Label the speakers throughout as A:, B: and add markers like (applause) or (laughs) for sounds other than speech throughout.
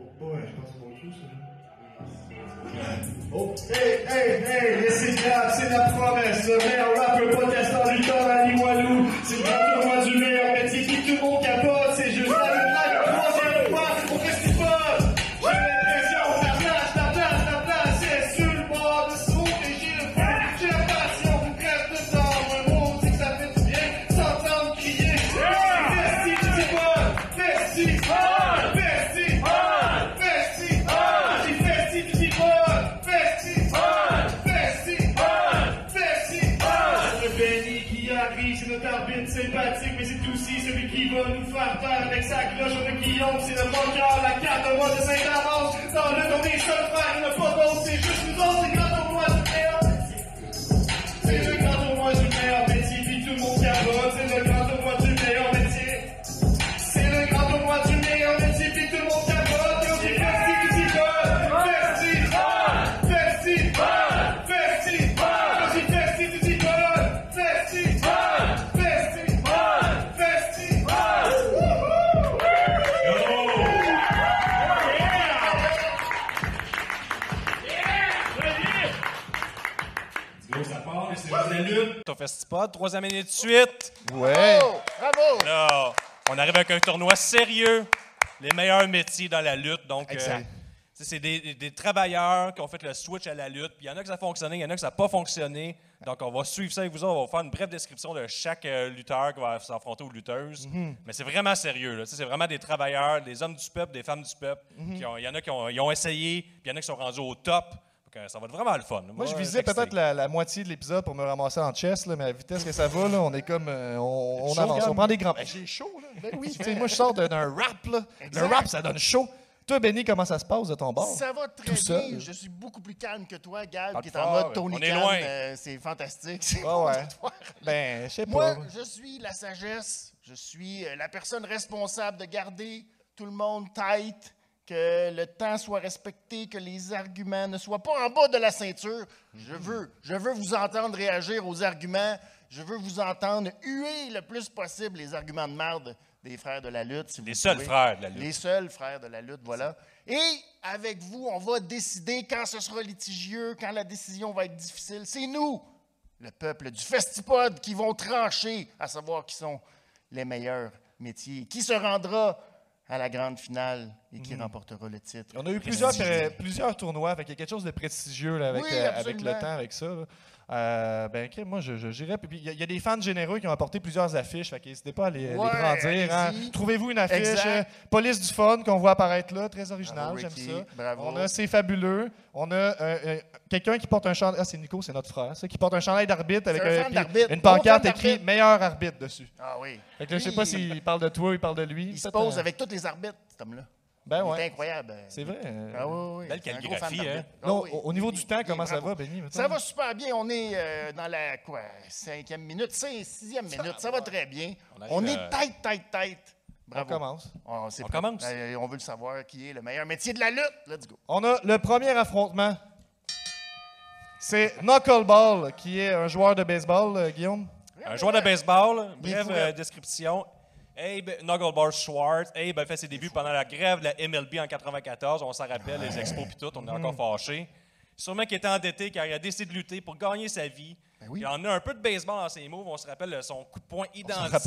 A: Oh, boy, how's it going, Houston? Oh, hey, hey, hey, et c'est grave, c'est la promesse. Le meilleur rappeur protestant du temps à Limoilou. C'est le grand tournoi du meilleur métier qui tout le monde capote. C'est juste la même live, troisième fois au festival. J'ai l'impression que ta place, ta place, ta place, c'est sur le bord de son régime. J'ai la passion, crève de sang. Un mot dit que ça fait du bien, s'entendre crier. Merci, festival, festival, festival, festival. J'ai festival, festival, festival, festival. Le béni qui arrive, c'est notre arbitre sympathique, mais c'est aussi celui qui va nous faire peur avec sa cloche. On est Guillaume, c'est le vainqueur, la carte de moi de Saint-Amand. Dans le nom des seuls frères, il n'y en a pas d'autres, c'est juste nous autres, c'est grand tournoi du meilleur. C'est le grand tournoi du meilleur métier, puis tout le monde capote, c'est le grand tournoi du meilleur métier. C'est le grand tournoi du meilleur métier, puis tout le monde capote. Et on dit merci, qui dit bon. Merci, bon. Merci, bon. Merci, bon. On dit merci, qui dit bon. Merci, bon. Merci, bon. Merci, bon. Wouhou!
B: Go, ça part, et c'est juste la lutte.
C: Ton festipod, troisième année de suite.
D: Ouais.
E: Bravo!
C: Là, on arrive avec un tournoi sérieux. Les meilleurs métiers dans la lutte. Donc, euh,
D: Exact.
C: tu sais, c'est des, des- des travailleurs qui ont fait le switch à la lutte. Puis il y en a que ça a fonctionné, il y en a que ça n'a pas fonctionné. Donc, on va suivre ça avec vous autres. On va faire une brève description de chaque euh, lutteur qui va s'affronter aux lutteuses.
D: Mhm.
C: Mais c'est vraiment sérieux. là. Tu sais, C'est vraiment des travailleurs, des hommes du peuple, des femmes du peuple.
D: Mhm.
C: qui ont- Il y en a qui ont, ils ont essayé, puis il y en a qui sont rendus au top. Donc, euh, ça va être vraiment le fun.
D: Moi, je
C: Ouais,
D: visais
C: excité.
D: peut-être la, la moitié de l'épisode pour me ramasser en chess, là, mais à la vitesse que ça va, là, on est comme. euh, on on
E: Chaud,
D: avance.
E: comme-
D: On prend des grands. Ben, J'ai chaud, là. Ben
E: (laughs)
D: oui. tu sais, moi, je sors de- d'un rap, là. Le rap, ça donne chaud. Toi, Benny, comment ça se passe de ton bord?
E: Ça va très
D: Tout euh, seul.
E: bien. Je suis beaucoup plus calme que toi, Gab,
C: Parle
E: qui est
C: fort,
E: en
C: euh,
E: mode Tony
C: on est
E: Khan.
C: loin.
E: Euh, c'est fantastique. (laughs) C'est
D: Ah ouais.
E: bon de toi.
D: Ben, je sais pas.
E: Moi, je suis la sagesse. Je suis euh, la personne responsable de garder tout le monde tight, que le temps soit respecté, que les arguments ne soient pas en bas de la ceinture. Je veux, je veux vous entendre réagir aux arguments. Je veux vous entendre huer le plus possible les arguments de merde des frères de la lutte. si vous
C: Les
E: le
C: seuls
E: pouvez.
C: frères de la lutte.
E: Les seuls frères de la lutte, voilà. Et avec vous, on va décider quand ce sera litigieux, quand la décision va être difficile. C'est nous, le peuple du Festipod, qui vont trancher à savoir qui sont les meilleurs métiers, qui se rendra à la grande finale et qui remportera le titre.
D: Hmm. On a eu plusieurs, euh, plusieurs tournois, fait il y a quelque chose de prestigieux là, avec,
E: Oui,
D: euh, avec
E: absolument.
D: le temps, avec ça. là. Euh, ben, ok, moi, je, je- j'irais. Puis, puis, il y, a- il y a des fans généreux qui ont apporté plusieurs affiches, fait que n'hésitez pas à les, les
E: Ouais,
D: brandir. hein.
E: allez-y.
D: Trouvez-vous une affiche.
E: Exact.
D: euh, Police du fun qu'on voit apparaître là, très original,
E: Bravo,
D: j'aime
E: Ricky,
D: ça.
E: bravo.
D: On a C'est fabuleux. On a euh, euh, quelqu'un qui porte un chandail. Ah, c'est Nico, c'est notre frère, ça, qui porte un chandail d'arbitre avec
E: C'est un
D: euh,
E: fan
D: puis
E: d'arbitre.
D: une pancarte
E: Bon fan
D: écrit
E: d'arbitre.
D: meilleur arbitre dessus.
E: Ah oui.
D: Fait que là, je sais
E: Lui,
D: pas s'il parle de toi ou il parle de lui.
E: Il se
D: Peut-être,
E: pose
D: euh,
E: avec tous les arbitres, cet homme-là.
D: Ben
E: C'est
D: ouais.
E: incroyable.
D: C'est vrai. euh,
E: Ah oui, oui.
C: Belle
E: c'est un gros fan
C: calligraphie, hein.
E: d'arbitre. Ah
D: Non,
E: oui,
D: au- au niveau
E: Benny,
D: du temps,
E: Benny,
D: comment ça
E: bravo.
D: va, Benny? mettons?
E: Ça va super bien. On est euh, dans la quoi, cinquième minute, cin- sixième minute. Ça va très bien.
C: On arrive
E: On
C: à-
E: est tête, tête, tête.
D: On
E: Bravo.
D: commence.
E: On, c'est
C: On
E: prêt.
C: commence.
E: Euh, on veut le savoir qui est le meilleur métier de la lutte. Let's go.
D: On a le premier affrontement. C'est Knuckleball, qui est un joueur de baseball, euh, Guillaume.
C: Un joueur de baseball,
E: Il est
C: brève
E: fou,
C: euh,
E: là.
C: description. Abe Knucklebar Schwartz. Abe a fait ses débuts pendant la grève de la MLB en 94. On s'en rappelle, les expos puis tout, on
E: Mm-hmm.
C: est encore fâchés. Sûrement qu'il était endetté car il a décidé de lutter pour gagner sa vie.
E: Ben
C: Il en a un peu de baseball dans ses moves. On se rappelle euh, son coup de poing
D: rappelle.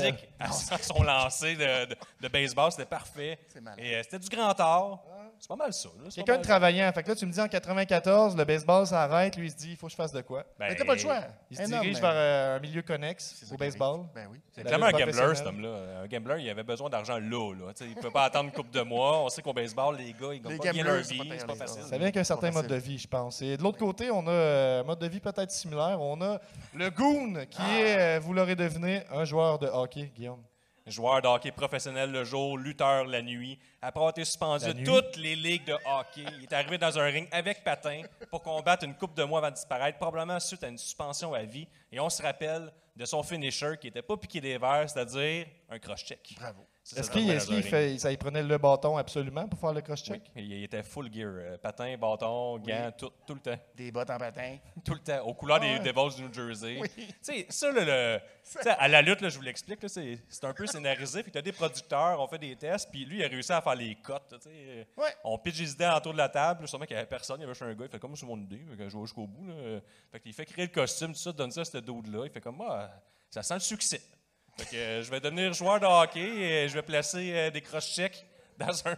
C: identique
E: Ah,
C: à son lancer de, de- de baseball. C'était parfait.
E: malade.
C: Et euh, c'était du grand art. C'est pas mal ça. là. C'est pas
D: Quelqu'un
C: mal-
D: de travaillant. Fait que là, tu me dis en 94, le baseball s'arrête. Lui, il se dit, il faut que je fasse de quoi.
C: Ben,
E: Mais t'as pas le choix.
D: Il se
E: Énorme,
D: dirige
E: Eh mais-
D: vers euh, un milieu connexe
E: C'est
D: au
E: ça qui arrive.
D: baseball.
E: Ben oui.
C: C'est
D: La
C: clairement un
D: lutte
C: gambler, cet
D: professionnelle.
C: homme-là. Un gambler, il avait besoin d'argent là. là. Tu sais, Il ne peut pas attendre une couple de mois. On sait qu'au baseball, les gars, ils gagnent
E: Les
C: pas bien
E: gamblers,
C: leur
E: c'est
C: vie.
E: pas
C: C'est pas
E: terrible.
C: facile.
D: Ça vient avec un certain
E: Pas
D: mode de
E: facile. Ben
D: vie, je pense. Et de l'autre côté, on a euh, un mode de vie peut-être similaire. On a le Goon, qui
E: Ah.
D: est, euh, vous l'aurez deviné, un joueur de hockey, Guillaume.
C: Joueur de hockey professionnel le jour, lutteur la nuit. Après avoir été suspendu
D: La
C: de
D: nuit.
C: toutes les ligues de hockey, il est arrivé dans un ring avec patin pour combattre une coupe de mois avant de disparaître, probablement suite à une suspension à vie. Et on se rappelle de son finisher qui n'était pas piqué des verres, c'est-à-dire un cross-check.
E: Bravo.
C: Ça, ça
D: Est-ce
C: doit
D: qu'il
C: me
D: est-ce qu'il
C: raser.
D: fait- ça, il prenait le bâton absolument pour faire le cross-check?
C: Oui, il était full gear. euh, Patin, bâton, gants, tout, tout le temps.
E: Des bottes en patin.
C: Tout le temps. Aux couleurs des Devils du New Jersey. Tu sais, ça, là, le- tu sais, à la lutte, là, je vous l'explique, là, c'est c'est un peu scénarisé. Puis tu as des producteurs, on fait des tests, puis lui, il a réussi à faire les cotes. là, tu sais.
E: Ouais.
C: On pitch les idées autour de la table. là, Sûrement qu'il n'y avait personne. Il y avait juste un gars. Il fait comme c'est mon idée. Fait que je vais jusqu'au bout. Là. Fait qu'il fait créer le costume, tout ça, donne ça à ce dude-là. Il fait comme moi, ça sent le succès. Fait que euh, je vais devenir joueur de hockey et je vais placer euh, des cross-checks (laughs) dans un,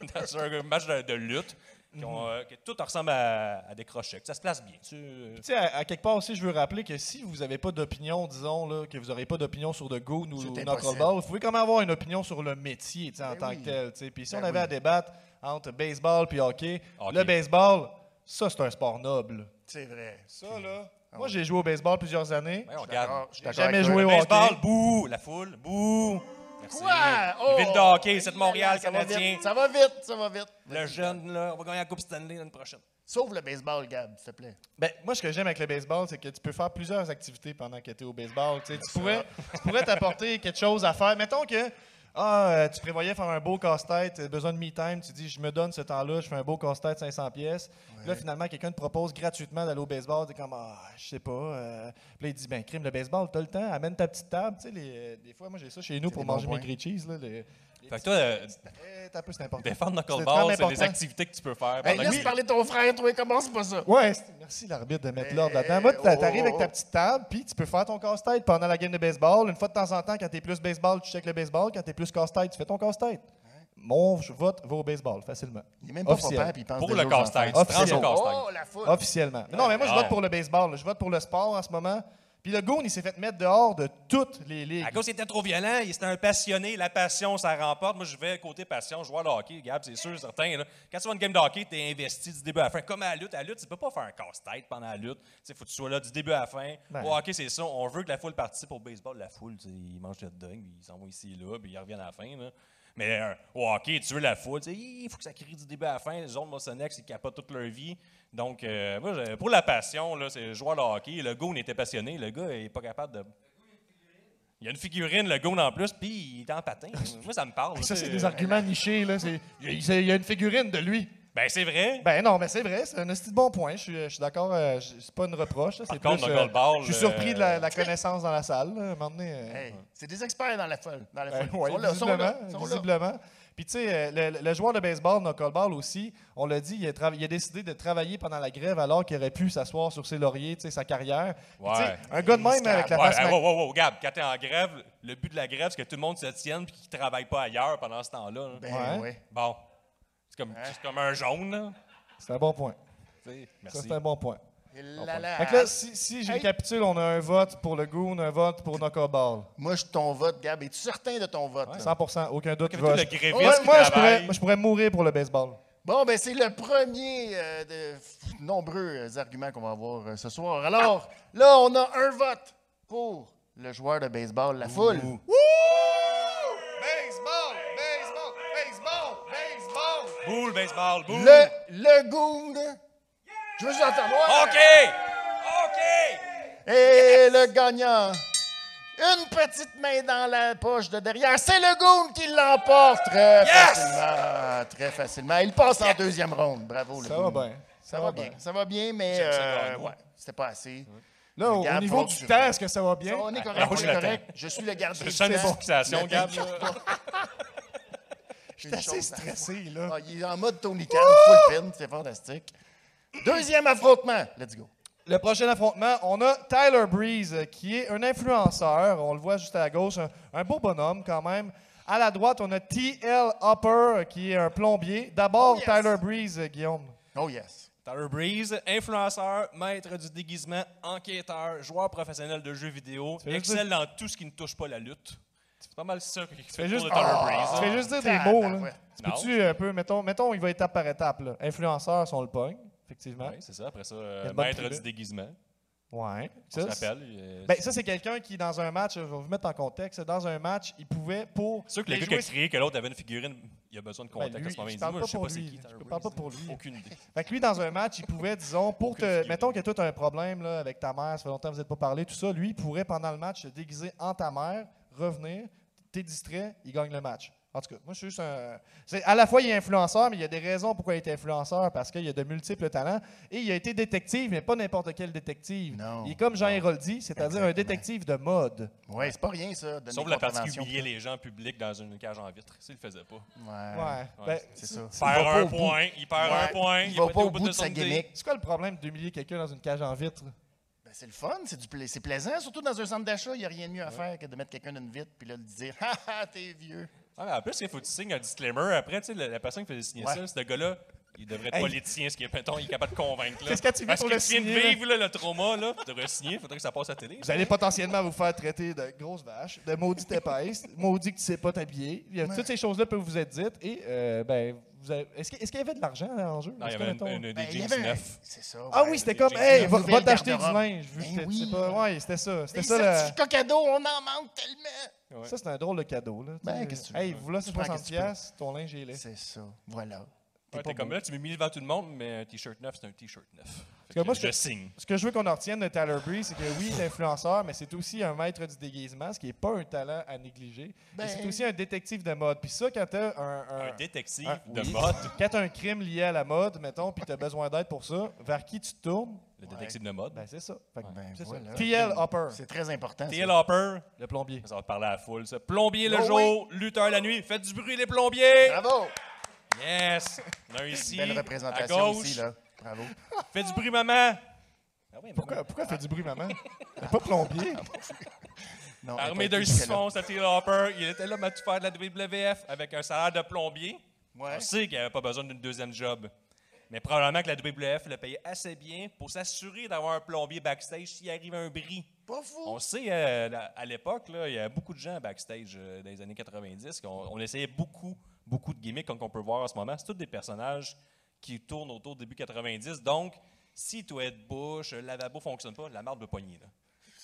C: dans un match de, de lutte. qui ont, euh, que tout ressemble à, à des cross-checks. Ça se place bien. Tu, euh,
D: Tu sais, à, à quelque part aussi, je veux rappeler que si vous n'avez pas d'opinion, disons, là, que vous n'aurez pas d'opinion sur The Goon ou
E: C'est
D: Knuckleball, vous pouvez quand même avoir une opinion sur le métier tu sais, en
E: Ben
D: tant
E: oui.
D: que tel. tu sais. Puis si
E: Ben
D: on avait
E: oui.
D: à débattre entre baseball puis hockey,
C: Hockey.
D: le baseball, ça, c'est un sport noble.
E: C'est vrai.
D: Ça, là. Moi, j'ai joué au baseball plusieurs années.
C: voyons,
E: Ah,
C: regarde.
E: je suis
D: J'ai
E: d'accord
D: jamais
E: avec toi.
D: joué
C: Le
D: au
C: baseball,
D: hockey.
C: bouh! La foule, bouh! Merci.
E: Quoi? Oh!
C: Ville de hockey, c'est de Montréal,
E: Ça va vite,
C: Canadien.
E: Ça va vite, ça va vite.
C: Le jeune, là, on va gagner la Coupe Stanley l'année prochaine.
E: Sauve le baseball, Gab, s'il te plaît.
C: Ah,
D: Ben, moi, ce que j'aime avec le baseball, c'est que tu peux faire plusieurs activités pendant que tu es au baseball. Tu sais, tu pourrais tu
C: (laughs)
D: pourrais t'apporter quelque chose à faire. Mettons que ah, euh, tu prévoyais faire un beau casse-tête, euh, besoin de me-time, tu dis je me donne ce temps-là, je fais un beau casse-tête 500 pièces. Là, finalement, quelqu'un te propose gratuitement d'aller au baseball. Tu es comme, ah, je sais pas. euh. Puis là, il dit, ben, crime, le baseball, tu as le temps, amène ta petite table. Tu sais, les- euh, des fois, moi, j'ai ça chez nous pour
E: des bons
D: manger mes
E: points.
D: grilled cheese. Là, les-
C: Fait que toi, euh,
D: Eh, t'as un peu, c'est important.
C: défendre
D: C'est vraiment
C: Knuckleball, c'est des
D: important.
C: activités que tu peux faire.
E: Hey,
C: pendant
E: Ben, laisse
C: que-
E: parler ton frère, toi, commence pas ça.
D: Ouais, c'est- merci l'arbitre de mettre
E: Eh,
D: l'ordre là-dedans. Moi, t'a-
E: oh,
D: t'arrives
E: oh,
D: avec ta
E: oh.
D: petite table, puis tu peux faire ton casse-tête pendant la game de baseball. Une fois de temps en temps, quand t'es plus baseball, tu checkes le baseball. Quand t'es plus casse-tête, tu fais ton casse-tête. Mon vote va au baseball, facilement.
E: Il est même pas
D: Officiel.
E: papa, puis il pense
C: Pour
E: déjà
C: le
E: aux
C: casse-tête,
E: enfants.
D: tu prends son
C: casse-tête.
E: Oh, la foule.
D: Officiellement. Mais non, mais moi, je
C: Ah.
D: vote pour le baseball. là. Je vote pour le sport en ce moment. Puis le Goon, il s'est fait mettre dehors de toutes les ligues.
C: À cause qu'il était trop violent, il était un passionné, la passion, ça remporte. Moi, je vais côté passion, joueur de hockey, Gab, c'est sûr, certain. là. Quand tu vas à une game de hockey, t'es investi du début à la fin. Comme à la lutte, à la lutte, tu peux pas faire un casse-tête pendant la lutte. Il faut que tu sois là du début à la fin.
D: Ben.
C: Au hockey, c'est ça. On veut que la foule participe au baseball. La foule, tu sais, ils mangent le dingue, ils s'en vont ici et là, puis ils reviennent à la fin. là. Mais euh, au hockey, tu veux la foule, tu sais, il faut que ça crie du début à la fin. Les zones Mossonex, ils capotent toute leur vie. Donc, euh, moi, je- pour la passion, là, c'est joueur de hockey. Le gars, on était passionné. Le gars, il est pas capable de il y a une figurine, le goon en plus, puis il est en
D: (laughs)
C: patin. Moi, ça me parle.
D: Ça,
C: là,
D: c'est
C: c'est-
D: des arguments nichés. Là. C'est- Il y a- il y a une figurine de lui.
C: Ben, c'est vrai.
D: Ben non, mais c'est vrai, c'est un esti de bon point. Je suis, je suis d'accord, euh, je- c'est pas une reproche. là, c'est
C: contre,
D: plus,
C: le goalball,
D: je suis
C: euh,
D: surpris de la, la connaissance dans la salle. là, à un moment donné, euh,
E: Hey, c'est des experts dans la foule. Dans la
D: ben,
E: foule.
D: (laughs) ouais,
E: Ils sont là, ils sont
D: visiblement.
E: là, ils sont là.
D: visiblement. Puis tu sais, euh, le, le joueur de baseball, knuckleball aussi, on l'a dit, il a, tra- il a décidé de travailler pendant la grève alors qu'il aurait pu s'asseoir sur ses lauriers, tu sais, sa carrière. Puis, tu sais,
C: Ouais.
D: Un gars de même avec Ben, la
C: Ouais,
D: face
C: hey,
D: ma-
C: wow, wow, wow, Gab, quand t'es en grève, le but de la grève, c'est que tout le monde se tienne et qu'il ne travaille pas ailleurs pendant ce temps-là. là.
E: Ben
D: Ouais.
E: ouais.
C: Bon. C'est comme, c'est comme un jaune. là.
D: C'est un bon point.
C: T'sais,
D: Ça,
C: Merci.
D: c'est un bon point.
E: Et là, là.
D: Fait que là, si, si je
E: Ah, Hey.
D: récapitule, on a un vote pour le goon, un vote pour knuckleball.
E: Moi, je suis ton vote, Gab. Es-tu certain de ton vote? là?
D: 100%, aucun doute.
C: Comme
D: je
C: tout
D: vais-
C: le gréviste
D: Moi,
C: qui
D: moi,
C: travaille.
D: je pourrais, moi, je pourrais mourir pour le baseball.
E: Bon, ben c'est le premier euh, de pff, nombreux euh, arguments qu'on va avoir euh, ce soir. Alors, là, on a un vote pour le joueur de baseball, la foule.
D: Baseball, baseball, baseball, baseball.
C: Boule, baseball, boule.
E: Le, le Goon. Je veux juste entendre. Ouais.
C: OK! OK!
E: Et le gagnant. Une petite main dans la poche de derrière. C'est le Goon qui l'emporte très
C: Yes!
E: facilement. Très facilement. Il passe en deuxième ronde. Bravo, le
D: Ça
E: Goon.
D: va bien.
E: Ça va bien. Ça va bien, mais
C: J'aime ça,
E: euh,
C: gagner.
E: ouais, c'était pas assez.
D: Là, au,
E: Regarde,
D: au niveau
E: faut que
D: du
E: tu-
D: temps, est-ce que ça va bien?
E: Ça, on est correct,
C: Alors,
E: on
C: je
E: est
C: l'attends.
E: correct. Je suis le gardien.
C: C'est ça une
E: du temps.
C: fixation, Gab. là.
E: Je
D: suis assez stressé, là.
E: Ah, il est en mode Tony Khan, full pin, c'est fantastique. Deuxième affrontement, let's go.
D: Le prochain affrontement, on a Tyler Breeze, euh, qui est un influenceur. On le voit juste à la gauche, un, un beau bonhomme quand même. À la droite, on a T.L. Hopper, qui est un plombier. D'abord,
E: Oh, yes.
D: Tyler Breeze, euh, Guillaume.
E: Oh yes.
C: Tyler Breeze, influenceur, maître du déguisement, enquêteur, joueur professionnel de jeux vidéo,
D: fais juste
C: excelle dans tout ce qui ne touche pas la lutte. C'est pas mal ça que tu fais
D: juste-
C: juste Tyler
D: Ah!
C: Breeze. hein?
D: Tu fais juste dire des
E: Ah,
D: mots,
E: bah
D: là.
E: ouais.
D: Tu
C: Non.
D: peux-tu un peu, mettons, mettons, il va étape par étape, là. Influenceur, si on le pogne, effectivement.
C: Oui, c'est ça. Après ça,
D: Il y a
C: euh,
D: une bonne
C: maître
D: tribune.
C: du déguisement. On
D: Ouais.
C: se
D: Ça, c'est-
C: rappelle. euh,
D: Ben, ça, c'est quelqu'un qui, dans un match, je vais vous mettre en contexte, dans un match, il pouvait, pour.
C: c'est sûr que le
D: les
C: gars qui a
D: joueurs-
C: crié que l'autre avait une figurine, il a besoin de
D: Ben,
C: contact à
D: lui,
C: ce moment.
D: je
C: Il dit,
D: parle
C: moi,
D: pas
C: je sais
D: pour
C: pas c'est
D: lui,
C: qui.
D: là.
C: Tyler
D: Je parle pas
C: Breeze.
D: pour lui.
C: Aucune idée.
D: Fait que lui, dans un match, il pouvait, disons, pour
C: Aucune
D: te.
C: figurine.
D: Mettons que toi, tu as un problème là, avec ta mère, ça fait longtemps que vous n'êtes pas parlé, tout ça. Lui, il pourrait, pendant le match, se déguiser en ta mère, revenir, t'es distrait, il gagne le match. En tout cas, moi, je suis juste un. c'est- À la fois, il est influenceur, mais il y a des raisons pourquoi il est influenceur, parce qu'il a de multiples talents. Et il a été détective, mais pas n'importe quel détective.
E: Non.
D: Il est comme Jean Héroldi, c'est-à-dire un
E: Exactement.
D: détective de mode.
E: Ouais, c'est pas rien, ça. donner
C: Sauf
E: une
C: la partie qui
E: contravention.
C: humiliait les gens publics dans une cage en vitre. S'il le faisait pas.
E: Ouais.
D: Ouais. Ben,
E: C'est ça.
C: Perd
E: va pas
C: un
E: au bout.
C: point, il perd
E: Ouais.
C: un point.
E: Il
C: a
E: va
C: été
E: pas au bout de
C: son
E: sa
C: idée.
E: gimmick.
D: c'est quoi le problème d'humilier quelqu'un dans une cage en vitre?
E: Ben, c'est le fun, c'est du pla- c'est plaisant. Surtout dans un centre d'achat, il n'y a rien de mieux à faire que de mettre quelqu'un d'une vitre puis là, de dire Ha ha, t'es vieux.
C: Ah, mais en plus, il faut que tu signes un disclaimer. Après, tu sais, la, la personne qui faisait signer
E: Ouais.
C: ça, ce gars-là, il devrait être
D: Hey.
C: politicien, ce qui est, mettons, il est capable de convaincre. là.
D: Qu'est-ce que tu vis
C: Parce
D: pour
C: que
D: le
C: tu viens de
D: signer, là?
C: vivre là, le trauma, là. Tu devrais signer, faudrait que ça passe à la télé.
D: Vous allez potentiellement vous faire traiter de grosse vache, de maudite
E: (laughs)
D: épaisse, maudit que tu sais pas t'habiller. Il y a- Toutes ces choses-là peuvent vous être dites. Et, euh, ben, vous avez- est-ce que- est-ce qu'il y avait de l'argent en jeu?
C: Non, il y
D: Est-ce que,
C: avait
D: mettons-
C: une, une,
E: Ben,
C: des
E: il y
C: jeans
E: avait un-
C: neufs.
E: C'est ça.
D: Ah
E: ouais.
D: oui, c'était
C: des-
D: comme,
C: des-
D: hey,
E: des
D: va,
E: nouvelles
D: va t'acheter du
E: garde-robes.
D: linge. Vu
E: Ben
D: que t'es-
E: oui.
D: c'est pas, ouais, c'était ça. C'était
E: Des
D: ça, la-
E: certificats cadeaux, on en manque tellement.
D: ça, c'était un drôle de cadeau. Là,
E: Ben,
D: Tu sais,
E: qu'est-ce que tu veux,
D: Hey,
E: ouais.
D: voilà,
E: Tu
D: c'est
E: prends qu'est-ce
D: 60$,
E: que tu peux.
D: piastres, ton linge est laid.
E: C'est ça. Voilà.
C: Ouais,
E: pas
C: T'es comme
E: beau.
C: là, tu m'humilies devant tout le monde, mais un t-shirt neuf, c'est un t-shirt neuf. Fait
D: que moi,
C: je,
D: je-
C: je signe.
D: Ce que je veux qu'on en retienne de Tyler Breeze, c'est que oui, il est influenceur, mais c'est aussi un maître du déguisement, ce qui n'est pas un talent à négliger. Et
E: Ben-
D: c'est aussi un détective de mode. Puis ça, quand t'as un-
C: Un
D: un,
C: détective
D: Ah,
C: de
D: oui.
C: mode.
D: Quand t'as un crime lié à la mode, mettons, puis t'as besoin d'aide pour ça, vers qui tu te tournes?
C: Le détective de mode.
D: Ben, c'est ça. Fait que-
E: Ben,
D: c'est ça.
E: voilà.
D: T.L. Hopper,
E: C'est très important.
C: T.L.
E: ça.
C: Hopper,
D: le plombier.
C: ça va parler à la foule, ça. Plombier le
E: Oh
C: jour, lutteur la nuit. Faites du bruit, les plombiers!
E: Bravo.
C: Yes! On a un ici,
E: Belle
C: à
E: représentation
C: gauche.
E: aussi, là. Bravo.
C: Fais du bruit, maman! Ah oui, maman.
D: Pourquoi, pourquoi elle fait du bruit, maman? Elle est pas plombier.
E: Ah, Non,
C: Armé
E: elle a Ben,
C: d'un
E: été jusque-là.
C: siphon, c'était Hopper. Il était là, mais tout faire de la WWF avec un salaire de plombier.
E: Ouais.
C: On sait qu'il n'avait pas besoin d'une deuxième job. Mais probablement que la WWF le payait assez bien pour s'assurer d'avoir un plombier backstage s'il arrive un bris.
E: Pas fou.
C: On sait, euh, la- à l'époque, là, il y a beaucoup de gens backstage euh, dans les années 90. qu'on- On, essayait beaucoup, beaucoup de gimmicks comme on peut voir en ce moment. C'est tous des personnages qui tournent autour début 90. Donc, si toi de bouche, le lavabo fonctionne pas, la marde de poignée, là.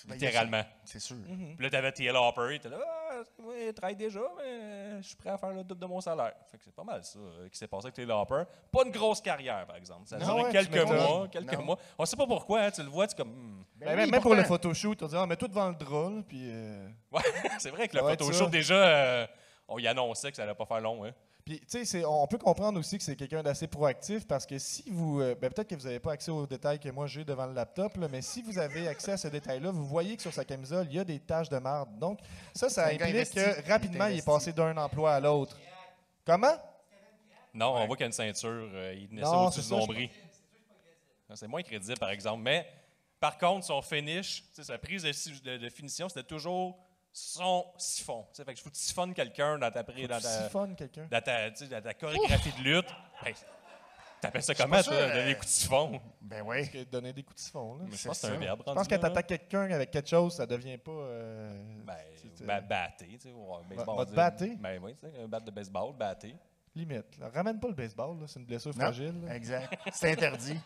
E: Ben,
C: littéralement. Mhm.
E: C'est sûr.
C: Puis là, t'avais TL Hopper, il était là, ah, oui, il travaille déjà, mais je suis prêt à faire le double de mon salaire. Fait que c'est pas mal ça euh, qui s'est passé avec TL Hopper. Pas une grosse carrière, par exemple. Ça a
D: Non,
C: duré
D: Ah ouais, tu
C: quelques
D: m'étonnes.
C: mois, quelques
E: Non.
C: mois. On sait pas pourquoi, hein, tu le vois, tu es comme, Hmm. (laughs)
E: Ben
D: Ben,
E: oui,
D: même même pour le
E: pourtant.
D: photoshoot, on dit, ah, mets tout devant le drôle, puis... euh,
C: Ouais, c'est vrai que le
D: Ça va être
C: Photoshop,
D: ça.
C: déjà, euh, on y annonçait que ça allait pas faire long. Hein.
D: Puis, tu sais, c'est- on peut comprendre aussi que c'est quelqu'un d'assez proactif parce que si vous. euh, ben, peut-être que vous n'avez pas accès aux détails que moi j'ai devant le laptop, là, mais si vous avez accès à ce détail-là, vous voyez que sur sa camisole, il y a des taches de marde. Donc, ça, ça
E: C'est un gars
D: implique
E: investi.
D: que rapidement,
E: Il est
D: il est
E: investi.
D: passé d'un emploi à l'autre. Comment?
C: Non, on voit qu'il y a une ceinture, euh, il tenait ça
D: Non,
C: au-dessus du
D: c'est ça, je-
C: nombril. Non, C'est moins crédible, par exemple. Mais par contre, son finish, tu sais, sa prise de, si- de- de finition, c'était toujours son siphon. Tu sais, Fait que je vous siphonne quelqu'un dans ta, pré- dans
D: Tu
C: ta,
D: siphonnes quelqu'un.
C: dans ta, tu sais, dans ta chorégraphie de
D: (laughs)
C: lutte. Hey, T'appelles ça comment,
E: pas
C: toi,
E: sûr,
C: donner des
E: euh,
C: coups de siphon?
E: Ben oui.
D: Que donner des coups de siphon. Là.
C: Je pense que c'est un
E: ça.
C: verbe.
D: Je pense que quand t'attaques quelqu'un avec quelque chose, ça devient pas. euh,
C: Ben,
D: c'est, euh,
C: ben, batté, tu sais, au baseball.
D: va te
C: dire-
D: batter?
C: Ben oui, tu sais, un bat de baseball, batté. (laughs)
D: limite. là. Ramène pas le baseball, là, c'est une blessure
E: Non,
D: fragile. là.
E: Exact. C'est interdit.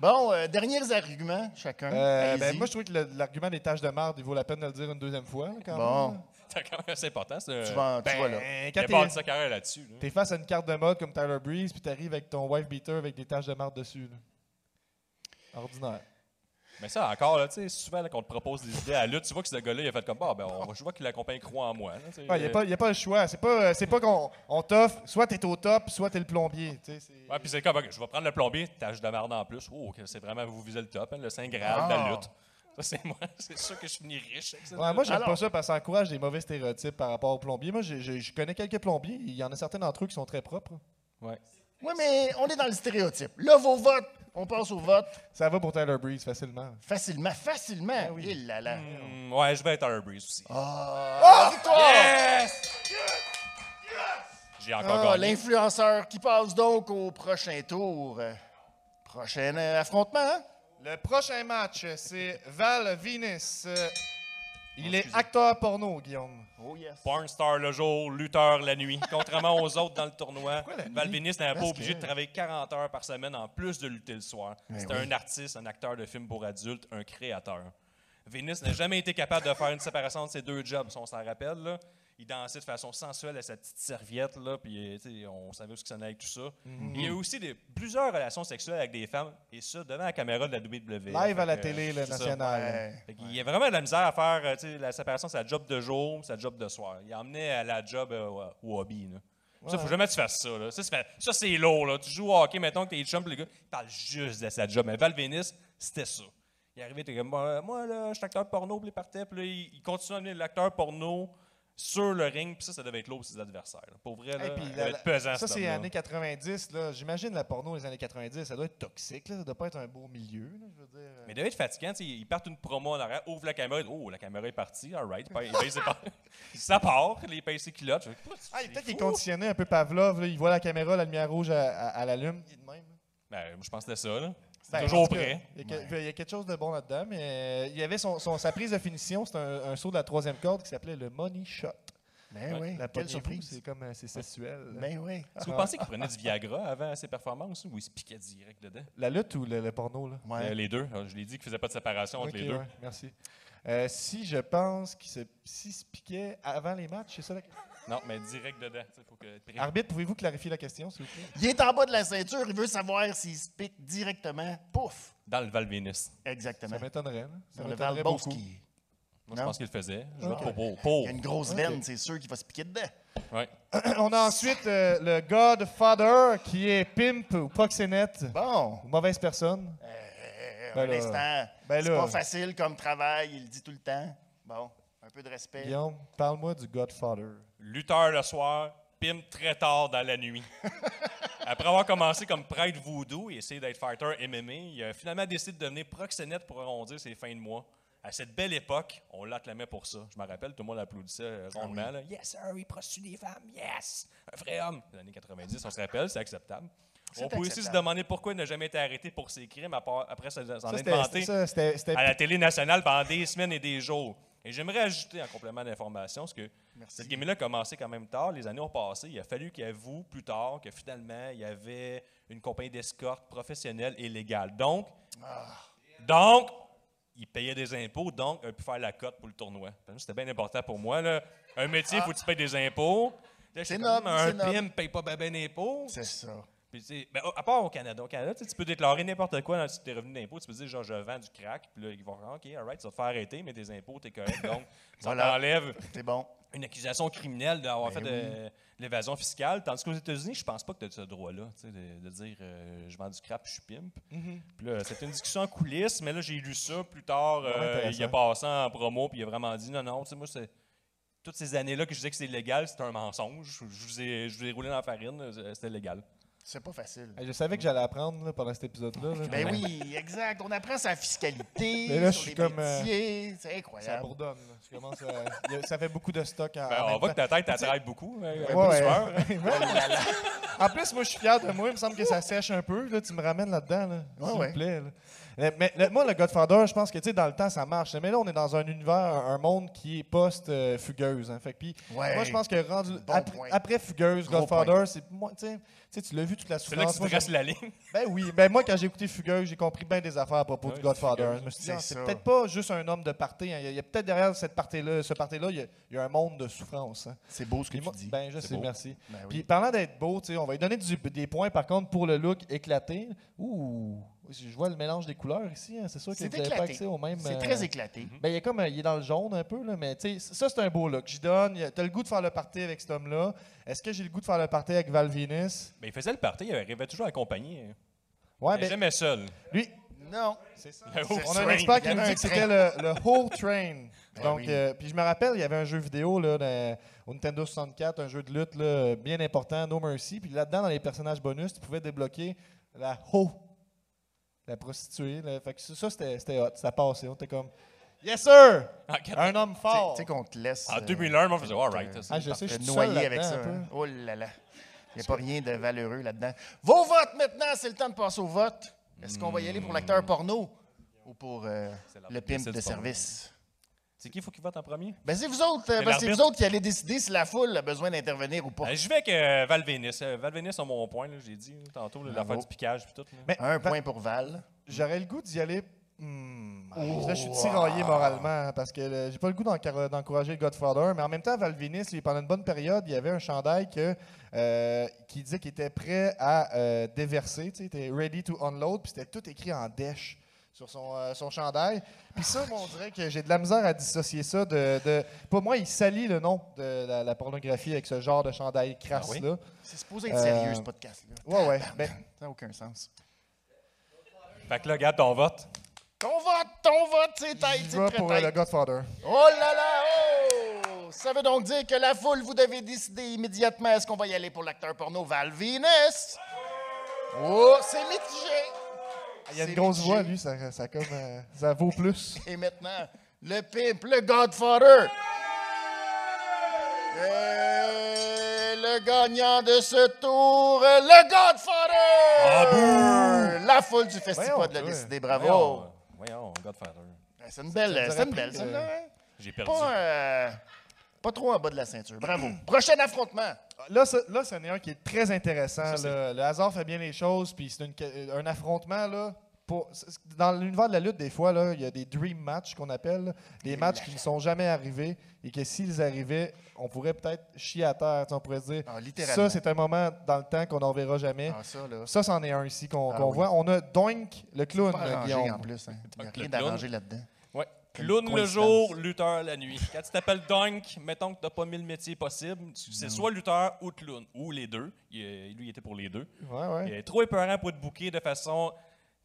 E: Bon, euh, derniers arguments, chacun.
D: Euh, ben,
E: Allez-y.
D: moi, je trouve que le- l'argument des taches de marde, il vaut la peine de le dire une deuxième fois. là, quand
E: Bon.
D: même, là.
C: C'est quand même assez important. c'est,
E: tu
C: euh,
E: vas, tu
D: Ben,
E: vas là.
C: Il a
D: quand
C: pas de
D: t'es-
C: sa carrière là-dessus. là.
D: T'es face à une carte de mode comme Tyler Breeze, puis t'arrives avec ton wife beater avec des taches de marde dessus. là. Ordinaire.
C: Mais ça, encore, là, tu sais, souvent, là, qu'on te propose des idées à la lutte, tu vois que ce gars-là, il a fait comme, bah, ben, on, va- je vois que la compagnie croit en moi. là, tu sais.
D: Il n'y a, pas- Ah, y a pas le choix. C'est pas, euh, c'est pas qu'on on t'offre, soit t'es au top, soit t'es le plombier. tu sais, c'est-
C: Ouais, puis c'est comme, ok, je vais prendre le plombier, tâche de merde en plus. Oh, ok, c'est vraiment, vous visez le top, hein, le Saint Graal de la
E: Ah.
C: lutte. Ça, c'est moi. (laughs) C'est sûr que je finis riche avec ça.
D: Ouais, moi, j'aime
E: Alors-
D: pas ça parce que ça encourage des mauvais stéréotypes par rapport aux plombiers. Moi, je, je- je connais quelques plombiers. Il y en a certains d'entre eux qui sont très propres.
C: Ouais.
E: Oui, mais on est dans le stéréotype. Là, vos votes, on passe au vote
D: Ça va pour Tyler Breeze facilement.
E: facilement, facilement.
D: Ben
E: Il là là.
D: Mm.
C: Hmm, ouais, je vais être un Breeze aussi.
E: Ah, victoire!
C: Yes! J'ai encore
E: Ah,
C: gagné.
E: L'influenceur qui passe donc au prochain tour. Euh, Prochain euh, affrontement, hein?
D: Le prochain match, c'est Val Venus. Il est
E: excusez.
D: acteur porno, Guillaume.
E: Oh yes.
C: Pornstar le jour, lutteur la nuit. Contrairement aux autres dans le tournoi,
D: la nuit?
C: Valvénis n'avait pas
E: Parce
C: obligé
E: que-
C: de travailler 40 heures par semaine en plus de lutter le soir.
D: Ben
E: Mais
C: C'était
E: oui.
C: un artiste, un acteur de films pour adultes, un créateur. Vénus n'a jamais été capable de faire une séparation de ses deux jobs, si on s'en rappelle. là. Il dansait de façon sensuelle à sa petite serviette, là, puis euh, tu sais, on savait où ce que ça allait avec tout ça.
D: Mhm.
C: Il y a eu aussi des, plusieurs relations sexuelles avec des femmes, et ça devant la caméra de la WWE.
D: Live à la
C: Fait que,
D: télé, le
C: c'est ça.
D: national.
C: Fait qu'il y a vraiment de la misère à faire euh, tu sais, la séparation de sa job de jour, sa job de soir. Il a emmené à la job euh, au- au hobby. Là. Ça, faut jamais que tu fasses ça. Là. Ça, c'est fait- ça, c'est lourd. Là. Tu joues au hockey, mettons que t'es chum, pis le gars, il parle juste de sa job. Mais Val Venis, c'était ça. Il est arrivé, t'es comme, moi, moi, là, je suis acteur porno, puis il partait, puis là, il, il continue à amener l'acteur porno sur le ring, puis ça, ça devait être lourd pour ses adversaires. là. Pour vrai, là,
D: Hey, puis
C: ça
D: la-
C: devait
D: la-
C: être pesant,
D: ça,
C: cet
D: c'est
C: homme-là.
D: années 90. Là. J'imagine la porno des années 90, ça doit être toxique. Là. Ça doit pas être un beau milieu. là, je veux dire.
C: Mais il devait être fatigant, tu sais, ils partent une promo en arrière, ouvre la caméra, ils disent, oh, la caméra est partie, all right, il baisse ses
D: (laughs)
C: culottes. Ça part, il baisse ses culottes. Je fais,
D: Ah, il- peut-être
C: C'est
D: qu'il est
C: fou.
D: conditionné un peu Pavlov. là. Il voit la caméra, la lumière rouge, à- à- à l'allume. Il est de même. là.
C: Ben, moi, je pense que c'était ça, là. C'est
D: Ben, en
C: toujours
D: tout cas,
C: prêt.
D: Il y, a que- il y a quelque chose de bon là-dedans, mais euh, il y avait son, son- sa prise de finition, c'était un, un saut de la troisième corde qui s'appelait le money shot.
E: Ben oui,
D: La
E: quelle
D: poignée
E: surprise.
D: c'est comme euh, c'est sexuel.
E: Ben oui.
C: Est-ce que
D: Ah.
C: vous pensez qu'il prenait du Viagra avant ses performances ou il se piquait direct dedans?
D: La lutte ou le, le porno là
E: Ouais.
C: Euh, les deux. Alors, je l'ai dit qu'il faisait pas de séparation entre
D: Ok,
C: les deux.
D: ouais, merci. Euh, si je pense qu'il se, s'il se piquait avant les matchs, c'est ça la question.
C: Non, mais direct dedans. tu sais, faut que...
D: Arbitre, pouvez-vous clarifier la question, s'il vous plaît?
E: Il est en bas de la ceinture, il veut savoir s'il se pique directement. Pouf!
C: Dans le Valvénis.
D: Ça
E: Exactement.
D: m'étonnerait. là. Ça
E: Sur le
D: m'étonnerait beaucoup.
E: Valboski.
C: Moi, je
E: Non.
C: pense qu'il le faisait. Je vote
D: Ok.
C: pour. pour,
E: Il y
C: pour.
E: a une grosse
D: Ok.
E: veine, c'est sûr qu'il va se piquer dedans.
C: Ouais.
D: (clears throat) On a ensuite euh, le Godfather qui est pimp ou proxénète
E: Bon.
D: ou mauvaise personne.
E: Euh,
D: Ben
E: un
D: là.
E: instant.
D: Ben
E: c'est
D: là.
E: pas facile comme travail, il le dit tout le temps. Bon, un peu de respect.
D: Guillaume, parle-moi du Godfather.
C: Lutteur le soir, pim très tard dans la nuit. Après avoir commencé comme prêtre voodoo et essayé d'être fighter MMA, il a finalement décidé de devenir proxénète pour arrondir ses fins de mois. À cette belle époque, on l'acclamait pour ça. Je me rappelle, tout le monde applaudissait euh, rondement. là. Yes, sir, il prostitue des femmes, yes! Un vrai homme! Les années 90, on se rappelle, c'est acceptable. On peut aussi se
E: acceptable.
C: demander pourquoi il n'a jamais été arrêté pour ses crimes à part- après s'en
D: Ça,
C: être
D: c'était-
C: vanté
D: ça, c'était- c'était
C: à la télé nationale pendant des semaines et des jours. Et j'aimerais ajouter en complément d'information, parce que cette game-là a commencé quand même tard, les années ont passé, il a fallu qu'il avoue plus tard que finalement, il y avait une compagnie d'escorte professionnelle et légale. Donc,
D: Ah.
C: donc, il payait des impôts, donc il a pu faire la cote pour le tournoi. C'était bien important pour moi. Là. Un métier, il faut que
D: Ah.
C: tu payes des impôts. Là, j'étais
E: C'est
C: comme,
E: noble,
C: un
E: c'est noble.
C: PIM ne paye pas ben ben d'impôts.
E: C'est ça.
C: Puis, tu sais, ben, à part au Canada, au Canada, tu sais, tu peux déclarer n'importe quoi dans tes revenus d'impôt. Tu peux dire, genre, je vends du crack. Puis là, ils vont dire, OK, all right, ça va te faire arrêter, mais tes impôts, t'es correct. Donc, ça
E: Voilà.
C: t'enlève
E: C'est bon.
C: une accusation criminelle d'avoir fait de, de l'évasion fiscale. Tandis qu'aux États-Unis, je pense pas que tu as ce droit-là, tu sais, de, de dire, euh, je vends du crack, puis je suis pimp. Puis là, c'était une discussion en coulisses, mais là, j'ai lu ça plus tard. euh,
D: intéressant.
C: il a passé en promo, puis il a vraiment dit, non, non, tu sais, moi, c'est. Toutes ces années-là que je disais que c'était légal, c'était un mensonge. Je je vous ai, je vous ai roulé dans la farine, euh, c'était légal.
E: C'est pas facile.
D: Je savais que j'allais apprendre là, pendant cet épisode-là. là.
E: Ben oui, exact. On apprend
D: (laughs)
E: sa fiscalité,
D: Mais là, je
E: sur
D: suis
E: les
D: comme, euh,
E: métiers. C'est
D: Ça
E: incroyable.
D: bourdonne. là. Je commence à- il y a- Ça fait beaucoup de stock en,
C: Ben,
D: en
C: on
D: même
C: voit que
D: temps.
C: ta tête, elle travaille beaucoup. hein, un peu
D: Ouais,
C: de
D: (laughs) ouais.
C: sueur.
E: Oh
D: En plus, moi, je suis fier de moi. Il me semble que ça sèche un peu. Là, tu me ramènes là-dedans, là,
E: Ouais,
D: s'il
E: ouais.
D: vous plaît. là. Euh, Mais le- moi, le Godfather, je pense que tu sais, dans le temps, ça marche. Mais là, on est dans un univers, un un monde qui est post-fugueuse. hein. Fait que, puis,
E: Ouais.
D: moi, je pense que rendu,
E: Bon
D: après,
E: point.
D: après fugueuse,
E: Gros
D: Godfather, c'est moi, tu sais, tu sais, tu l'as vu toute la
C: C'est là que
D: souffrance.
C: tu
D: Moi,
C: traces la ligne. (laughs)
D: Ben oui, ben moi quand j'ai écouté Fugueuse, j'ai compris bien des affaires à propos
C: Ouais,
D: du Godfather.
C: Fugueuse.
D: Je me suis dit,
E: C'est
D: ah, c'est
E: ça.
D: peut-être pas juste un homme de party. hein. Il y a, il y a peut-être derrière cette partie-là, ce party-là, il y a- il y, a un monde de souffrance. hein.
E: C'est beau ce
D: Puis
E: que tu
D: moi-
E: dis.
D: ben je
C: C'est
D: sais,
C: beau.
D: merci.
E: Ben oui.
D: Puis parlant d'être beau, tu sais, on va lui donner du- des points par contre pour le look éclaté. Ouh, je vois le mélange des couleurs ici. hein. C'est sûr que
E: C'est
D: vous n'avez pas
E: éclaté.
D: accès au même.
E: C'est
D: euh,
E: très éclaté.
D: ben, il est comme euh, il est dans le jaune un peu là, mais tu sais, ça c'est un beau look. J'y donne. Il a- T'as le goût de faire le party avec cet homme-là. Est-ce que j'ai le goût de faire le party avec Val Venis?
C: Mais il faisait le party, il arrivait toujours accompagné.
D: Ouais,
E: Ben,
C: Il
D: mais
C: jamais seul.
D: lui,
E: Non.
D: c'est ça.
C: Le haut
D: On a un
C: train.
D: expert
E: Il
D: qui
E: y
D: nous
E: avait
D: dit
E: un
D: que c'était le, le Whole Train.
E: Ben
D: Donc,
E: oui.
D: euh, puis je me rappelle, il y avait un jeu vidéo là, dans- au Nintendo 64, un jeu de lutte là, bien important, No Mercy. Puis là-dedans, dans les personnages bonus, tu pouvais débloquer la Ho, la prostituée. là. Fait que ça, ça, c'était c'était hot, ça passait. On était comme, yes sir,
C: En, quatre-
D: un homme
E: Tu
D: fort.
E: sais qu'on te laisse.
C: en
E: euh,
C: 2001, moi, je faisais, all right. ça, c'est
D: Ah, je
C: parfait.
D: sais, je suis
E: te
D: tout seul
E: noyer Euh, avec
D: là-dedans
E: ça.
D: un peu.
E: hein. Oh là là. Il n'y a pas rien de valeureux là-dedans. Vos votes maintenant, c'est le temps de passer au vote. Est-ce qu'on va y aller pour
D: Hmm.
E: l'acteur porno ou pour euh,
C: C'est
E: le
C: l'arbitre qui
E: pimp
C: décide
E: de
C: du porno.
E: service?
C: C'est qui il faut qu'il vote en premier?
E: Ben c'est vous autres, euh,
C: C'est
E: parce que c'est vous
C: l'arbitre.
E: autres qui allez décider si la foule a besoin d'intervenir ou pas.
C: Euh, je vais avec euh, Valvénis. Euh, Valvénis a mon point, là, j'ai dit là, tantôt, la l'affaire
E: Bravo.
C: du piquage puis tout. là.
D: Mais
E: Un point pour Val.
D: j'aurais le goût d'y aller Puis Là, je suis tiraillé moralement hein, parce que euh, j'ai pas le goût d'encar- d'encourager le Godfather, mais en même temps, Valvinis, lui, pendant une bonne période, il y avait un chandail que, euh, qui disait qu'il était prêt à euh, déverser, tu sais, il était ready to unload, puis c'était tout écrit en dèche sur son, euh, son chandail. Puis ça, moi, on dirait que j'ai de la misère à dissocier ça de. de- pour moi, il salit le nom de la, la pornographie avec ce genre de chandail crasse-là.
E: C'est supposé être sérieux,
D: Euh,
E: ce podcast-là.
D: Ouais, ouais. ben,
E: Ça n'a aucun sens.
C: Fait que là, Gab, ton vote.
E: Ton vote, ton vote, c'est tête,
D: je
E: c'est
D: vais pour euh,
E: très
D: le
E: tête.
D: Godfather.
E: Oh là là, oh! Ça veut donc dire que la foule, vous devez décider immédiatement est-ce qu'on va y aller pour l'acteur porno Valvinus? Oh, c'est mitigé!
D: Ah, Il y a une
E: C'est
D: grosse
E: mitigé.
D: voix, lui, ça, ça, comme, euh, ça vaut plus.
E: Et maintenant, le pimp, le Godfather. Et le gagnant de ce tour, le Godfather! la foule du
D: Ah, Voyons,
E: festival de l'a
D: toi.
E: décidé, bravo!
C: Voyons, euh, voyons, Godfather.
E: Ben, C'est une belle, c'est une belle,
D: pris,
E: celle-là. hein?
C: J'ai perdu.
E: Pas, euh, pas trop en bas de la ceinture, bravo. (clears throat) Prochain affrontement.
D: Ah, Là, ça, là, c'en est un qui est très intéressant. là. Le hasard fait bien les choses, puis c'est une que- euh, un affrontement. Là, pour, c'est- c'est- dans l'univers de la lutte, des fois, là, il y a des dream matchs qu'on appelle, là, des matchs qui ne sont jamais arrivés et que s'ils arrivaient, on pourrait peut-être chier à terre. tu sais, On pourrait se dire,
E: Ah, littéralement.
D: ça, c'est un moment dans le temps qu'on n'en verra jamais.
E: Ah, ça, là.
D: Ça, c'en est un ici qu'on
E: Ah
D: qu'on
E: oui.
D: voit. On a Doink, le clown,
E: Pas arrangé
D: Guillaume.
E: en plus. Hein. Il n'y a
C: Le
E: rien
C: clown.
E: d'arrangé là-dedans.
C: Ouais. Clown le
E: coïncidence.
C: jour, lutteur la nuit. Quand tu t'appelles Dunk, mettons que t'as pas mille métiers possibles, tu- c'est soit lutteur ou clown, ou les deux. Il, euh, lui, il était pour les deux.
D: Ouais, ouais.
C: Il est trop épeurant pour être booké de façon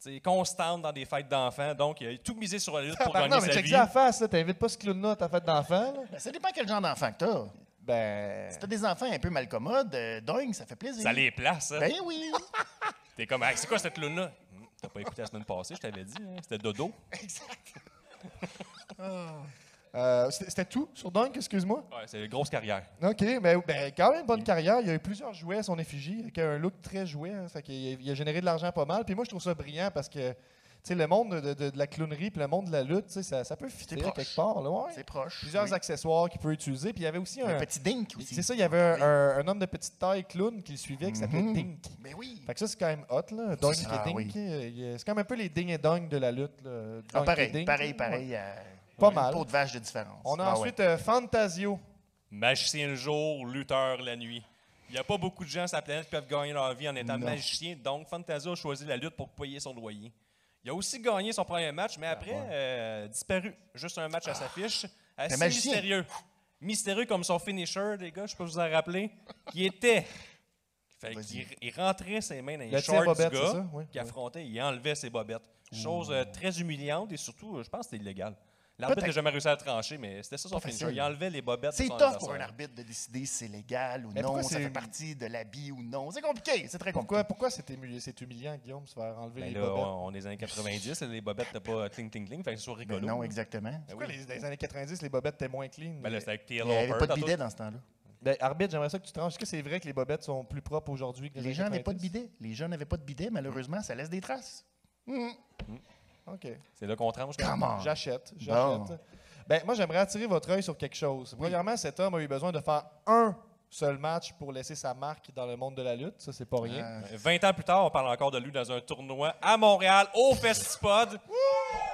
C: tu sais, constante dans des fêtes d'enfants, donc il a tout misé sur la lutte pour
D: Tabarnak,
C: gagner
D: mais
C: sa
D: check
C: vie.
D: ça à la face, là, t'invites pas ce clown-là à ta fête d'enfant. là.
E: Ben, ça dépend quel genre d'enfant que t'as.
D: Ben.
E: Si t'as des enfants un peu malcommodes, euh, dingue, ça fait plaisir.
C: Ça les place, hein.
E: Ben oui!
C: T'es comme, Ah, c'est quoi cette clown-là? Hmm, T'as pas écouté la semaine passée, je t'avais dit, hein, c'était dodo.
D: Euh, c'était c'était tout sur Dunk, excuse-moi.
C: Ouais, c'est une grosse carrière.
D: OK, mais ben, quand même bonne carrière. Il y a eu plusieurs jouets à son effigie, avec un look très jouet. hein. Fait qu'il a- il a généré de l'argent pas mal. Puis moi, je trouve ça brillant parce que tu sais, le monde de, de- de la clownerie puis le monde de la lutte, tu sais, ça, ça peut fitter
E: proche.
D: quelque part. là, ouais.
E: C'est proche.
D: Plusieurs
E: oui.
D: accessoires qu'il peut utiliser. Puis il y avait aussi un.
E: Un petit dink aussi.
D: C'est ça, il y avait un, un- un homme de petite taille clown qui le suivait qui s'appelait Dink.
E: Ben oui.
D: Fait que ça, c'est quand même hot, là. Dunk
E: Ah,
D: et Dink.
E: oui.
D: euh, il est- C'est quand même un peu les ding et dong de la lutte. là.
E: Ah,
D: Dunk et
E: pareil,
D: Dink.
E: pareil, pareil, euh,
D: Pas
E: une
D: mal.
E: peau de vache de différence.
D: On a
E: Ah ouais.
D: ensuite euh, Fantasio.
C: Magicien le jour, lutteur la nuit. Il n'y a pas beaucoup de gens sur la planète qui peuvent gagner leur vie en étant magicien, donc Fantasia a choisi la lutte pour payer son loyer. Il a aussi gagné son premier match, mais après, euh, disparu. Juste un match à sa fiche. Assez
E: magicien.
C: mystérieux. Mystérieux comme son finisher, les gars, je peux vous en rappeler, qui était. Fait
E: Vas-y.
C: qu'il il rentrait ses mains dans les
D: Le tir
C: shorts
D: bobette,
C: du
D: c'est
C: gars
D: ça? Oui,
C: qui
D: oui.
C: affrontait, il enlevait ses bobettes. Chose euh, très humiliante et surtout, euh, je pense que c'était illégal. L'arbitre n'a
E: Peut-être.
C: jamais réussi à trancher, mais c'était ça son finisher.
E: facile.
C: Il enlevait les bobettes. de
E: C'est
C: son
E: tough pour un
C: adversaire.
E: arbitre de décider si c'est légal ou
D: Mais
E: non,
D: pourquoi
E: ça
D: c'est-
E: fait partie de l'habit ou non. C'est compliqué, c'est très compliqué.
D: Pourquoi, pourquoi c'est humili- c'est humiliant, Guillaume, de se faire enlever
C: Ben
D: les
C: là,
D: bobettes?
C: on, on est les années 90, les bobettes, t'as pas cling, cling, cling, fait que c'est toujours
E: Ben
C: rigolo.
E: non, exactement.
C: Ben
D: Pourquoi
C: oui.
D: les, dans les années 90, les bobettes étaient moins clean?
C: Ben là, c'était avec T.L.
E: Il n'y avait
C: Hopper,
E: pas de
C: tantôt.
E: bidet dans ce temps-là.
D: Ben, arbitre, j'aimerais ça que tu tranches. Est-ce que c'est vrai que les bobettes sont plus propres aujourd'hui que dans
E: Les gens n'avaient pas de
D: 90?
E: bidet. Les gens n'avaient pas de bidet, malheureusement, ça laisse des traces.
D: OK.
C: C'est là qu'on tranche.
E: Come on!
D: J'achète. J'achète. Ben, moi, j'aimerais attirer votre œil sur quelque chose. Premièrement, cet homme a eu besoin de faire un seul match pour laisser sa marque dans le monde de la lutte. Ça, c'est pas rien.
E: Euh,
C: 20 ans plus tard, on parle encore de lui dans un tournoi à Montréal, au Festipod.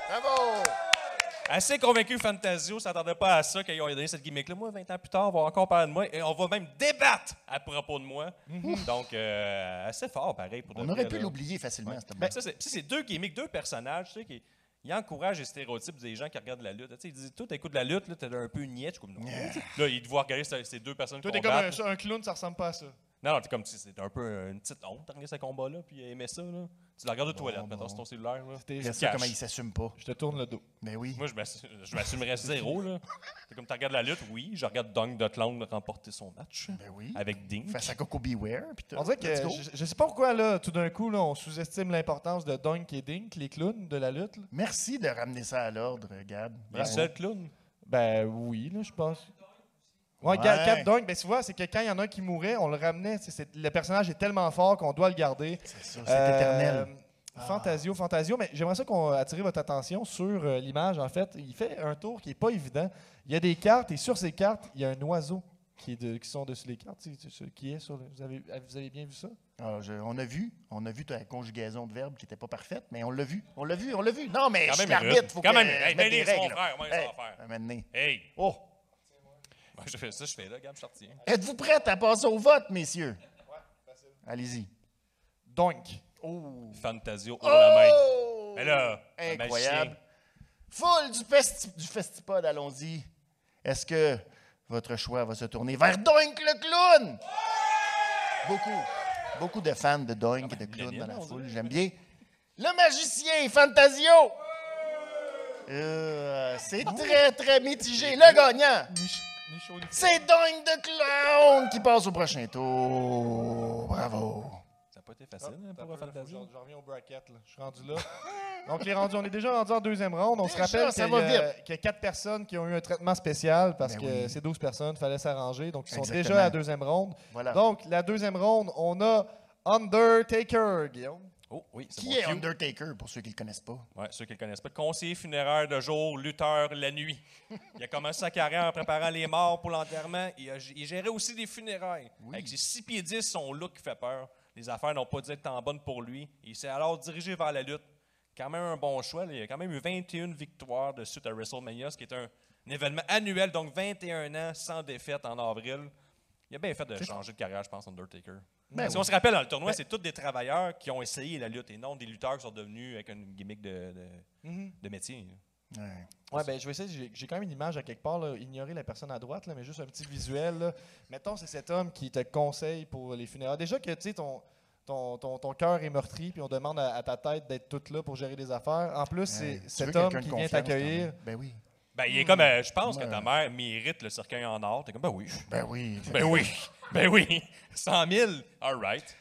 E: Bravo!
C: Assez convaincu, Fantasio s'attendait pas à ça qu'ils ont donné cette gimmick-là. Moi, 20 ans plus tard, on va encore parler de moi et on va même débattre à propos de moi. Donc, euh, assez fort, pareil, pour de
E: Mm-hmm. On
C: vrai,
E: aurait pu
C: là.
E: l'oublier facilement, cette
C: Ça, c'est ça, c'est deux gimmicks, deux personnages, tu sais, qui ils encouragent les stéréotypes des gens qui regardent la lutte. Tu sais, ils disent, toi, t'écoutes la lutte, là, t'es un peu niais, Je suis comme, non. Là, ils te voient regarder ces ces deux personnes
D: Toi, t'es comme
C: combattre.
D: un, un clown, ça ressemble pas à ça.
C: Non, non, t'es comme, tu sais, c'est un peu une petite honte, de regarder ce combat-là, puis aimer ça, là. Tu le regardes aux toilettes, mettons, sur ton cellulaire, là.
D: T'es-
E: Regarde ça,
C: cache.
E: comment il s'assume pas.
D: Je te tourne le dos.
E: Ben oui.
C: Moi, je m'assu- je m'assumerais zéro, là. C'est comme, tu regardes la lutte, oui, je regarde Dong Dotland remporter son match.
E: Ben oui.
C: Avec Ding.
E: Face à Coco Beware. puis tout.
D: On dirait que
E: Let's go.
D: je, je sais pas pourquoi là, tout d'un coup, là, on sous-estime l'importance de Dunk et Dink, les clowns de la lutte. là.
E: Merci de ramener ça à l'ordre, Gab.
C: Les seuls clowns.
D: Ben oui, là, je pense. Ouais,
E: Ouais.
D: Ga- Cap Dunk, ben tu vois, c'est que quand il y en a un qui mourait, on le ramenait. C'est- c'est- le personnage est tellement fort qu'on doit le garder. Euh,
E: C'est ça, c'est éternel. Ah.
D: Fantasio, Fantasio, mais j'aimerais ça qu'on attire votre attention sur euh, l'image, en fait. Il fait un tour qui n'est pas évident. Il y a des cartes, et sur ces cartes, il y a un oiseau qui, est de- qui sont dessus les cartes. C'est- c'est- c'est- Qui est sur le- vous, avez, vous avez bien vu ça?
E: Alors, Ah, je- on a vu, on a vu ta conjugaison de verbes qui n'était pas parfaite, mais on l'a vu, on l'a vu, on l'a vu. Non, mais
C: Quand
E: je suis
C: même,
E: l'arbitre,
C: Ruth.
E: faut
C: Quand
E: que
C: même,
E: je
C: hey,
E: mette des
C: Denis, c'est mon
E: règles, là.
C: frère, moi, c'est
E: Hey,
C: mon frère.
E: un moment donné.
C: Hey!
E: Oh,
C: Moi, je fais ça, je fais là, gamme, je suis sorti.
E: êtes-vous prête à passer au vote, messieurs? Allez-y.
D: Donc,
C: Fantasio, oh, la main.
E: Oh!
C: Mais là, le magicien.
E: Incroyable. Foule du, festi- du festipod, allons-y. Est-ce que votre choix va se tourner vers Doink le clown? Beaucoup, beaucoup de fans de Doink et de clown dans la foule, Ah, ben, j'aime bien. Le magicien Fantasio! Euh, c'est très, très mitigé. Le gagnant, c'est Doink de clown qui passe au prochain tour. Bravo.
C: Ça n'a pas été facile hein,
D: Attends
C: pour
D: un peu, là, faut que
C: Fantasio.
D: Je je reviens au bracket. là. Je suis rendu là. (laughs) Donc, les rendus, on est déjà rendu en deuxième ronde. On se
E: Déjà,
D: rappelle
E: ça
D: qu'il y,
E: va
D: a- qu'il y a quatre personnes qui ont eu un traitement spécial parce
E: Ben
D: que
E: oui.
D: ces 12 personnes, il fallait s'arranger. Donc, ils sont
E: Exactement.
D: déjà à la deuxième ronde.
E: Voilà.
D: Donc, la deuxième ronde, on a Undertaker, Guillaume.
C: Oh oui, c'est
E: Qui
C: mon
E: est
C: cue.
E: Undertaker, pour ceux qui ne le connaissent pas?
C: Ouais, ceux qui le connaissent pas. Conseiller funéraire de jour, lutteur la nuit. Il a commencé sa carrière en préparant les morts pour l'enterrement. Il, a- il gérait aussi des funérailles. Avec ses 6 pieds 10, son look fait peur. Les affaires n'ont pas dû être tant bonnes pour lui. Il s'est alors dirigé vers la lutte. Quand même un bon choix. là. Il a quand même eu 21 victoires de suite à WrestleMania, ce qui est un, un événement annuel, donc 21 ans sans défaite en avril. Il a bien fait de changer de carrière, je pense, Undertaker.
E: Ben
C: Parce qu'on se rappelle, dans le tournoi, c'est tous des travailleurs qui ont essayé la lutte et non des lutteurs qui sont devenus avec une gimmick de, de,
E: Mhm.
C: de métier.
E: Ouais.
D: Ouais, ben je vais essayer. j'ai- J'ai quand même une image à quelque part. Là, ignorer la personne à droite, là, mais juste un petit visuel. là. Mettons, c'est cet homme qui te conseille pour les funérailles. Déjà que tu sais, ton, ton, ton, ton cœur est meurtri, puis on demande à, à ta tête d'être toute là pour gérer des affaires. En plus,
E: Hey,
D: c'est
E: tu
D: cet
E: veux quelqu'un
D: homme
E: de
D: qui vient
E: confiance,
D: t'accueillir.
E: quand même. Ben oui.
C: Ben, il est comme, euh, je pense que
E: Ouais.
C: ta mère mérite le cercueil en or. T'es comme, ben oui,
E: (laughs) Ben oui.
C: ben oui, ben oui, 100 000, all right.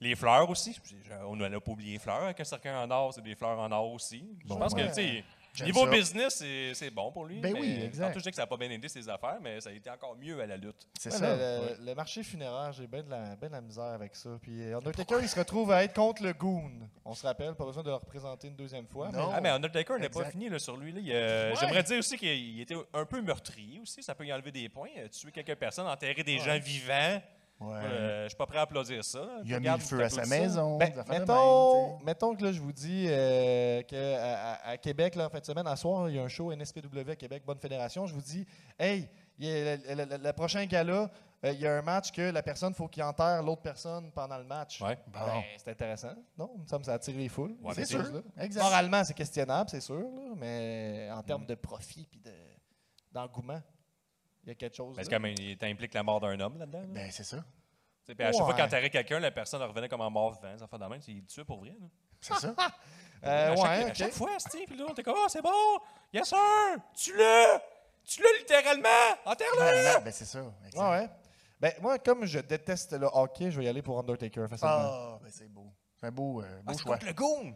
C: Les fleurs aussi, Je- on n'a pas oublié les fleurs avec un cercueil en or, c'est des fleurs en or aussi. je pense
E: ouais.
C: que, tu sais,
E: J'aime
C: niveau
E: ça.
C: business, c'est c'est bon pour lui.
E: Ben oui,
C: mais
E: exact.
C: tantôt, je dis que ça n'a pas bien aidé ses affaires, mais ça a été encore mieux à la lutte.
E: C'est
D: Ouais,
E: ça.
D: le, le- le marché funéraire, j'ai bien de, la- ben de la misère avec ça. Puis euh, Undertaker, il se retrouve à être contre le Goon. On se rappelle, pas besoin de le représenter une deuxième fois. mais-
E: Non.
C: Ah, mais Undertaker n'est pas
E: Exact.
C: fini là, sur lui. là. Il, euh, J'aimerais dire aussi qu'il était un peu meurtrier aussi. Ça peut y enlever des points. Euh, Tuer quelques personnes, enterrer des gens vivants.
E: Ouais.
C: Euh, je suis pas prêt à applaudir ça. là.
E: Il a mis le
C: Regarde,
E: feu à sa
C: t'applaudis ça.
E: maison.
D: Ben,
E: des affaires de même,
D: mettons,
E: tu sais.
D: mettons que là, je vous dis euh, que à, à- à Québec, là, en fin de semaine, à soir, il y a un show NSPW à Québec, Bonne Fédération. Je vous dis, hey, il y a le, le- le- le prochain gala, euh, il y a un match que la personne, faut qu'il enterre l'autre personne pendant le match.
C: Ouais. Ah
D: Ben, c'est intéressant, non? Il me semble que ça attire les foules.
C: Ouais,
D: ces
C: c'est
E: sûr.
D: choses-là.
E: Exact.
D: Moralement, c'est questionnable, c'est sûr, là, mais en
C: Mm.
D: termes de profit puis de- d'engouement, il y a quelque chose.
C: Parce que
D: là.
C: quand même, il t'implique la mort d'un homme là-dedans. là.
E: Ben, c'est ça.
C: Tu sais, puis à chaque fois
D: ouais.
C: qu'il enterrait quelqu'un, la personne revenait comme en mort vivant. Ça fait de même. c'est- Il le tuait pour vrai. là.
D: (laughs)
E: C'est ça.
D: Euh,
C: à, chaque,
D: ouais,
C: à
D: ok.
C: chaque fois, Steve, puis là, on était comme, oh, c'est bon. Yes, sir. Tue-le. Tue-le littéralement. Enterre-le.
E: Finalement, ben, c'est ça. Exact.
D: Ah Ouais, ouais. Ben, moi, comme je déteste le hockey, je vais y aller pour Undertaker facilement.
E: Ah, ben, c'est beau. C'est un beau, euh, beau
C: Ah, c'est
E: choix.
C: contre le goon.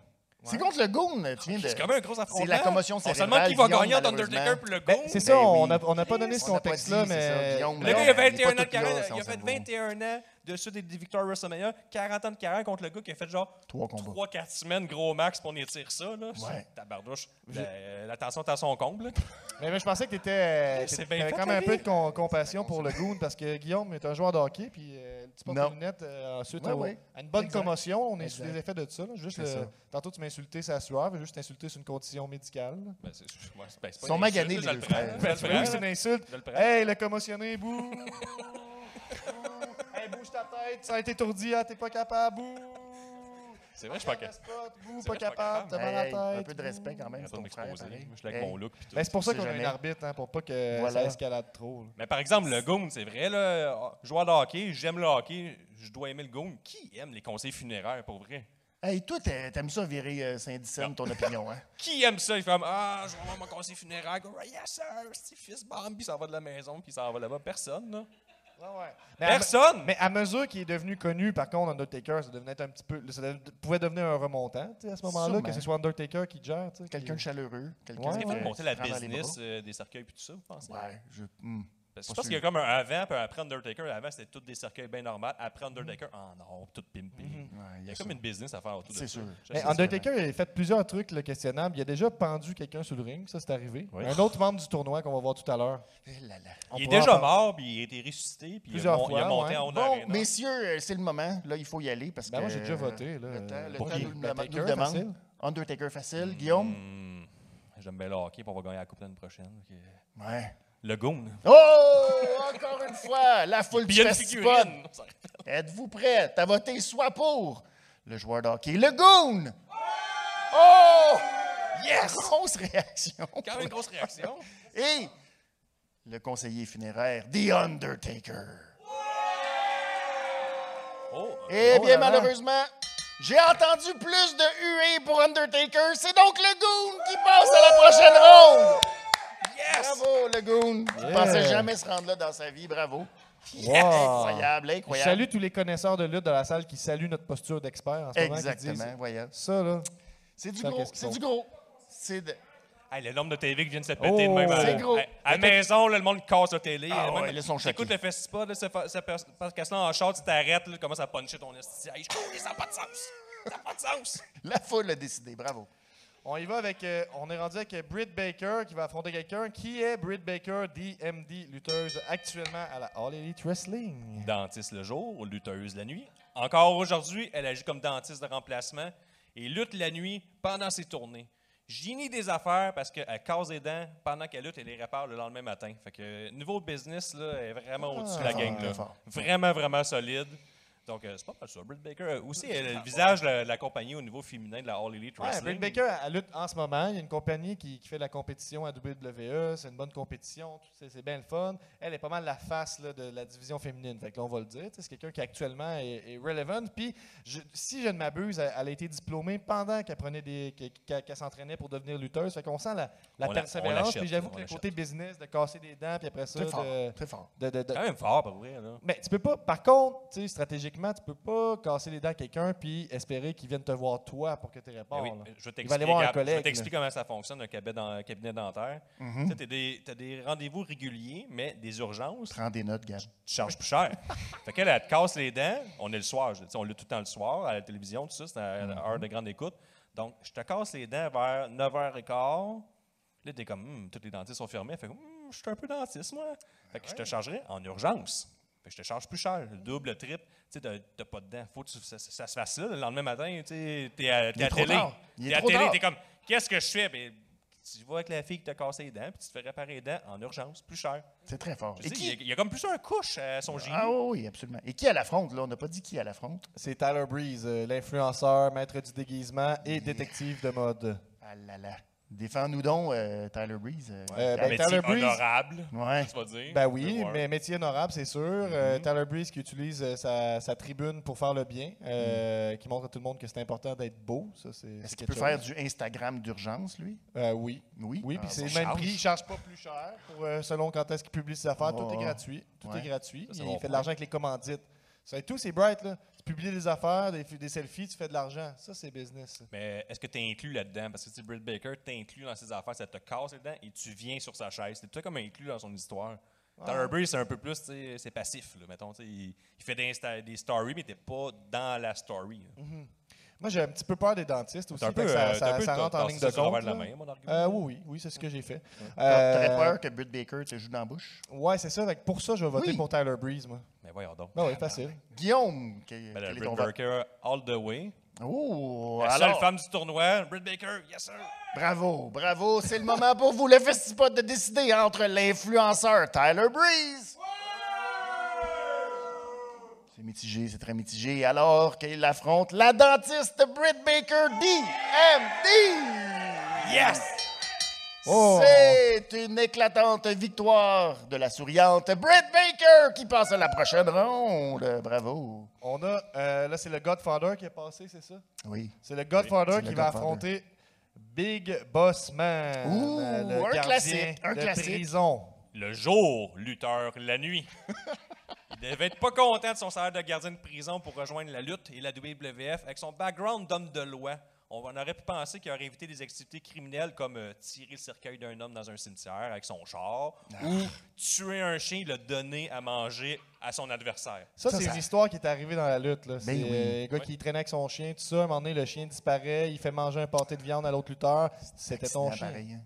E: C'est contre le Goon, tu viens de.
C: C'est quand même un gros affrontement.
E: la commotion
C: On se
E: cérébrale,
C: demande qui va
E: Guillaume,
C: gagner entre
E: malheureusement.
C: Undertaker puis le
D: Ben,
C: goon.
D: c'est
E: Ben
D: ça, on
E: oui.
D: n'a on a pas donné ce
E: On l'a pas
D: contexte-là,
E: dit, c'est ça,
D: mais.
E: Guillaume,
C: Le gars, il
E: on
C: a
E: est pas
C: 21 ans de
E: tout là,
C: carrière.
E: son
C: il a fait
E: cerveau.
C: 21 ans de suite des, des victoires à WrestleMania. 40 ans de carrière contre le gars qui a fait genre
E: Trois combats.
C: 3-4 semaines, gros max, pour on étire ça. Là.
E: Ouais.
C: Tabardouche. La, la tension est à son comble. là.
D: mais, mais je pensais que tu étais.
C: C'est bien fait,
D: quand
C: la
D: même un peu
C: vie.
D: de con- compassion pour le Goon, parce que Guillaume est un joueur de hockey, puis euh, tu portes
E: Non.
D: des lunettes euh, ensuite
E: Ouais,
D: à,
E: ouais.
D: à une bonne
E: Exact.
D: commotion. On est sous
E: Exact.
D: les effets de ça. là. Juste
E: C'est
D: le-
E: ça.
D: Tantôt, tu m'as insulté, ça sueur, mais juste t'insulter sur une condition médicale.
C: Ben, c'est- ouais, c'est- ben, c'est pas
E: Ils sont
C: une
E: maganés,
C: insulte, là,
E: les
C: je
E: deux
C: le prends,
E: frères.
C: là, je
D: Ben,
C: le
D: tu
C: prends,
D: vois,
C: là.
D: c'est une insulte.
C: Je le prends.
D: Hey, le commotionné, bouh! (laughs) hey, bouge ta tête, ça a été étourdi, ah, t'es pas capable, bouh!
C: C'est vrai, je suis pas capable.
D: Spot, bouh,
C: C'est
D: pas
C: vrai, je suis pas capable.
D: capable, t'as mal à la
E: Hey, hey,
D: tête.
E: Un peu de respect quand même.
C: Arrête
E: c'est
C: pas de
E: ton frère,
C: m'exposer.
E: pareil.
C: Moi, je suis là avec
E: Hey,
C: mon look. puis tout.
D: Ben, c'est pour ça
E: Tu
D: qu'on
E: sais
D: a un
E: jamais.
D: arbitre, hein, pour pas que
E: Voilà.
D: ça escalade trop. là.
C: Mais par exemple, le goon, c'est vrai, là, ah, joueur de hockey, j'aime le hockey, je dois aimer le goon. Qui aime les conseils funéraires pour vrai?
E: Hey, toi, t'as- t'aimes ça virer euh, Saint-Dicenne, ton
C: (laughs)
E: opinion, hein?
C: Qui aime ça? Il fait comme, Ah, je vais avoir mon conseil funéraire. Go, Yes, sir, c'est fils Bambi, ça va de la maison, puis ça va là-bas. Personne, là.
D: Mais à me-
C: Personne!
D: Mais à mesure qu'il est devenu connu, par contre, Undertaker, ça devenait un petit peu, ça dev- pouvait devenir un remontant tu sais, à ce moment-là,
E: Sûrement.
D: que ce soit Undertaker qui gère. tu sais,
E: Quelqu'un de
D: qui-
E: chaleureux. Quelqu'un
D: Ouais,
E: qui
C: Il
D: ouais.
C: a fait
E: te-
C: monter
E: qui
C: la
E: te prend dans les
C: business euh, des cercueils puis tout ça, vous pensez?
E: bras. Ouais, je. hmm.
C: Parce que je pense qu'il y a comme un avant puis un après Undertaker. Avant, c'était tous des cercueils bien normaux. Après Undertaker,
D: Mhm.
C: en or, tout pimpé.
E: Ah,
C: Il y a comme une business à faire autour de ça.
E: C'est sûr.
D: Mais Undertaker, il a fait plusieurs trucs le questionnables. Il a déjà pendu quelqu'un sur le ring, ça c'est arrivé. Un autre membre du tournoi qu'on va voir tout à l'heure.
E: Eh là là.
D: On
C: Il est
D: pourra en
C: déjà
D: parler.
C: mort, puis il a été ressuscité, puis il a,
D: Plusieurs
C: mon- il a
D: fois,
C: monté
D: ouais.
C: en hein. Honda
E: Bon,
C: Arena.
E: messieurs, euh, c'est le moment. Là, il faut y aller parce
D: Ben,
E: que.
D: moi, j'ai déjà
E: euh,
D: voté, là.
E: Le temps, le
D: Pour
E: temps
D: qui?
E: nous, le-
D: Undertaker,
E: nous le demande.
D: facile.
E: Undertaker facile. Guillaume?
C: J'aime bien le hockey, puis on va gagner la Coupe l'année
D: (laughs)
C: prochaine. Ok.
E: Ouais.
C: Le Goon.
E: Oh! Encore une fois, la foule
C: Puis
E: du
C: il y a une
E: festival.
C: figurine.
E: Êtes-vous prêts à voter soit pour le joueur de hockey, le Goon? Oh! Yes! Grosse réaction.
C: Quand même une grosse réaction.
E: Et le conseiller funéraire, The Undertaker.
C: Oh,
E: Eh
D: Oh là là.
E: bien, malheureusement, j'ai entendu plus de huées pour Undertaker. C'est donc le Goon qui passe à la prochaine ronde.
C: yes!
E: Bravo, le Goon. Je
D: Yeah.
E: pensais jamais se rendre là dans sa vie. Bravo.
D: Wow.
E: Incroyable,
D: Je
E: incroyable.
D: salue tous les connaisseurs de lutte de la salle qui saluent notre posture d'expert en ce moment. qui
E: Exactement,
D: disent,
E: voyons.
D: Ça, là.
E: C'est du
D: Ça,
E: gros,
D: qu'est-ce qu'ils
E: c'est
D: font?
E: du gros. C'est de...
C: Hey, le nombre de TV qui viennent se péter de
D: Oh,
C: même. à-
E: c'est gros.
C: À, à la maison, là, le monde casse la télé. euh,
E: Ah
C: Même-
E: ouais, là, ils sont
C: T'écoutes
E: choqués.
C: le festival, là, ça, fa- ça passe passe- casse là en short, tu t'arrêtes, là, tu commences à puncher ton esti. Hey, je trouve que ça n'a pas de sens. Ça n'a pas de sens.
E: La foule a décidé, bravo.
D: On y va avec. euh, on est rendu avec euh, Britt Baker qui va affronter quelqu'un. Qui est Britt Baker, DMD, lutteuse actuellement à la All Elite Wrestling?
C: Dentiste le jour, lutteuse la nuit. Encore aujourd'hui, elle agit comme dentiste de remplacement et lutte la nuit pendant ses tournées. Génie des affaires parce qu'elle casse des dents pendant qu'elle lutte et les répare le lendemain matin. Fait que niveau business, là, elle est vraiment au-dessus de la
E: fort,
C: gang.
E: Ah, très
C: Là.
E: fort.
C: Vraiment, vraiment solide. Donc, euh, c'est pas mal ça. Britt Baker, euh, aussi, elle a le visage de la, de la compagnie au niveau féminin de la All Elite
D: Ouais,
C: Wrestling.
D: Britt Baker, elle lutte en ce moment. Il y a une compagnie qui, qui fait la compétition à WWE. C'est une bonne compétition. tout ça, C'est bien le fun. Elle est pas mal la face là, de la division féminine. Fait que là, on va le dire. tu sais, C'est quelqu'un qui actuellement est, est relevant. Puis, je- si je ne m'abuse, elle, elle a été diplômée pendant qu'elle prenait des, qu'elle, qu'elle- qu'elle s'entraînait pour devenir lutteuse. Fait qu'on sent la, la
C: On la- on
D: persévérance.
C: l'achète,
D: Puis j'avoue
C: on
D: que le
C: l'achète.
D: côté business, de casser des dents, puis après ça,
E: Très fort,
D: de-
E: très fort.
D: de- de- de-
C: quand même fort, pour vrai. Là.
D: mais tu peux pas, par contre, tu sais, stratégiquement, tu peux pas casser les dents à quelqu'un puis espérer qu'il vienne te voir toi pour que tu
C: Ben
D: réponds.
C: oui,
D: là.
C: je vais
D: Il va aller
C: t'expliquer
D: voir un
C: Gab, je
D: collègue, Mm-hmm.
C: vais t'expliquer comment ça fonctionne, un cabinet, dans- un cabinet dentaire. Tu as des, t'as des rendez-vous réguliers, mais des urgences,
E: Prends des notes, Gab.
C: tu charges plus cher. (laughs) fait qu'elle, elle te casse les dents. On est le soir, je- tu sais, on l'a tout le temps le soir, à la télévision, tout ça, c'est à
E: Mm-hmm.
C: l'heure de grande écoute. Donc, je te casse les dents vers 9h15. Là, t'es comme, Hum, tous les dentistes sont fermés. Fait que, Hum, je suis un peu dentiste, moi. Fait que je te chargerais en urgence. Fait que je te charge plus cher, le double, le triple. Tu sais, t'as- t'as pas de dents. Faut que tu- ça, ça- ça se fasse là, le lendemain matin. Tu sais, t'es à, t'es
E: est
C: à
E: trop
C: télé.
E: tard. Il est
C: T'es à
E: trop
C: télé,
E: tard.
C: t'es comme, qu'est-ce que je fais? Ben, tu vois avec la fille qui t'a cassé les dents, puis tu te fais réparer les dents en urgence, plus cher.
E: C'est très fort.
C: Je
E: Et
C: dis, il, y a,
E: qui...
C: il y a comme plusieurs couches à son génie.
E: Ah oui, absolument. Et qui à l'affronte, là? On n'a pas dit qui à l'affronte.
D: C'est Tyler Breeze, euh, l'influenceur, maître du déguisement et détective de mode.
E: Ah là là. Défends-nous donc, euh, Tyler Breeze. euh,
D: Euh,
E: Gab.
D: ben, Tyler Breeze-
C: honorable,
E: Ouais.
C: tu vas dire.
D: Ben oui,
C: Reward.
D: mais métier honorable, c'est sûr.
E: Mhm.
D: Euh, Tyler Breeze qui utilise euh, sa, sa tribune pour faire le bien, euh, qui montre à tout le monde que c'est important d'être beau. Ça, c'est,
E: Mhm. Est-ce
D: c'est
E: qu'il
D: quelque
E: peut faire
D: chose.
E: du Instagram d'urgence, lui?
D: Euh, oui.
E: Oui.
D: Oui,
E: Ah,
D: puis c'est
E: bon.
D: le même
C: charge.
D: prix. Il ne charge pas plus cher pour, euh, selon quand est-ce qu'il publie ses affaires. Tout
E: Oh.
D: est gratuit. Tout
E: Ouais.
D: est gratuit.
C: c'est
D: il
C: bon
D: fait
C: point.
D: de l'argent avec les commandites. Ça et tout, c'est bright. Là. Tu publies des affaires, des, des selfies, tu fais de l'argent. Ça, c'est business. ça.
C: Mais est-ce que tu es inclus là-dedans? Parce que si Britt Baker t'inclus dans ses affaires, ça te casse les dents et tu viens sur sa chaise. C'est tout comme inclus dans son histoire. Tyler Breeze, c'est un peu plus, tu sais, c'est passif, là, mettons. tu sais, Il, il fait des, insta- des stories, mais t'es pas dans la story. là.
E: Mm-hmm.
D: Moi, j'ai un petit peu peur des dentistes aussi.
C: T'as un
D: fait
C: peu,
D: que ça,
C: euh,
D: ça-
C: t'as un peu
D: ça
C: le
D: rentre en
C: torse
D: ligne
C: sur
D: de
C: le revers
D: compte.
C: de la
D: là.
C: main, mon argument.
D: Euh, oui, oui, oui, c'est ce que j'ai fait.
E: T'as- T'aurais
D: Euh,
E: peur que Britt Baker te joue dans la bouche?
D: Ouais, c'est ça. Fait que pour ça, je vais voter
E: Oui.
D: pour Tyler Breeze, moi.
C: Mais voyons donc.
D: Ben oui, facile.
E: Guillaume,
C: Ben,
E: que-
C: là,
E: quel est
C: Britt
E: ton vote?
C: Baker, all the way.
E: Oh,
D: Ben,
C: La seule
E: alors,
C: femme du tournoi, Britt Baker, yes sir!
E: bravo, bravo. C'est le moment pour vous, le Festipod, de décider entre l'influenceur Tyler Breeze. C'est mitigé, c'est très mitigé. Alors qu'il affronte la dentiste Britt Baker, DMD.
C: Yes!
D: Oh.
E: C'est une éclatante victoire de la souriante Britt Baker qui passe à la prochaine ronde. Bravo.
D: (laughs) On a. euh, là, c'est le Godfather qui est passé, c'est ça?
E: Oui.
D: C'est le Godfather
E: c'est le
D: qui va
E: Godfather.
D: affronter Big Boss Man.
E: Ouh,
D: euh, le
E: un
D: gardien
E: classique, un
D: de
E: classique.
D: prison.
C: Le jour, lutteur, la nuit. Il devait être pas content de son salaire de gardien de prison pour rejoindre la lutte et la WWF avec son background d'homme de loi. on aurait pu penser qu'il aurait évité des activités criminelles comme euh, tirer le cercueil d'un homme dans un cimetière avec son char ou tuer un chien et le donner à manger à son adversaire.
D: Ça,
E: Ça,
D: c'est
E: ça-
D: une histoire qui est arrivée dans la lutte. là. C'est
E: Ben oui.
D: euh, un gars qui traînait avec son chien, tout ça. À un moment donné, le chien disparaît, il fait manger un pâté de viande à l'autre lutteur. C'était ton
E: Accident
D: chien.
E: pareil, hein.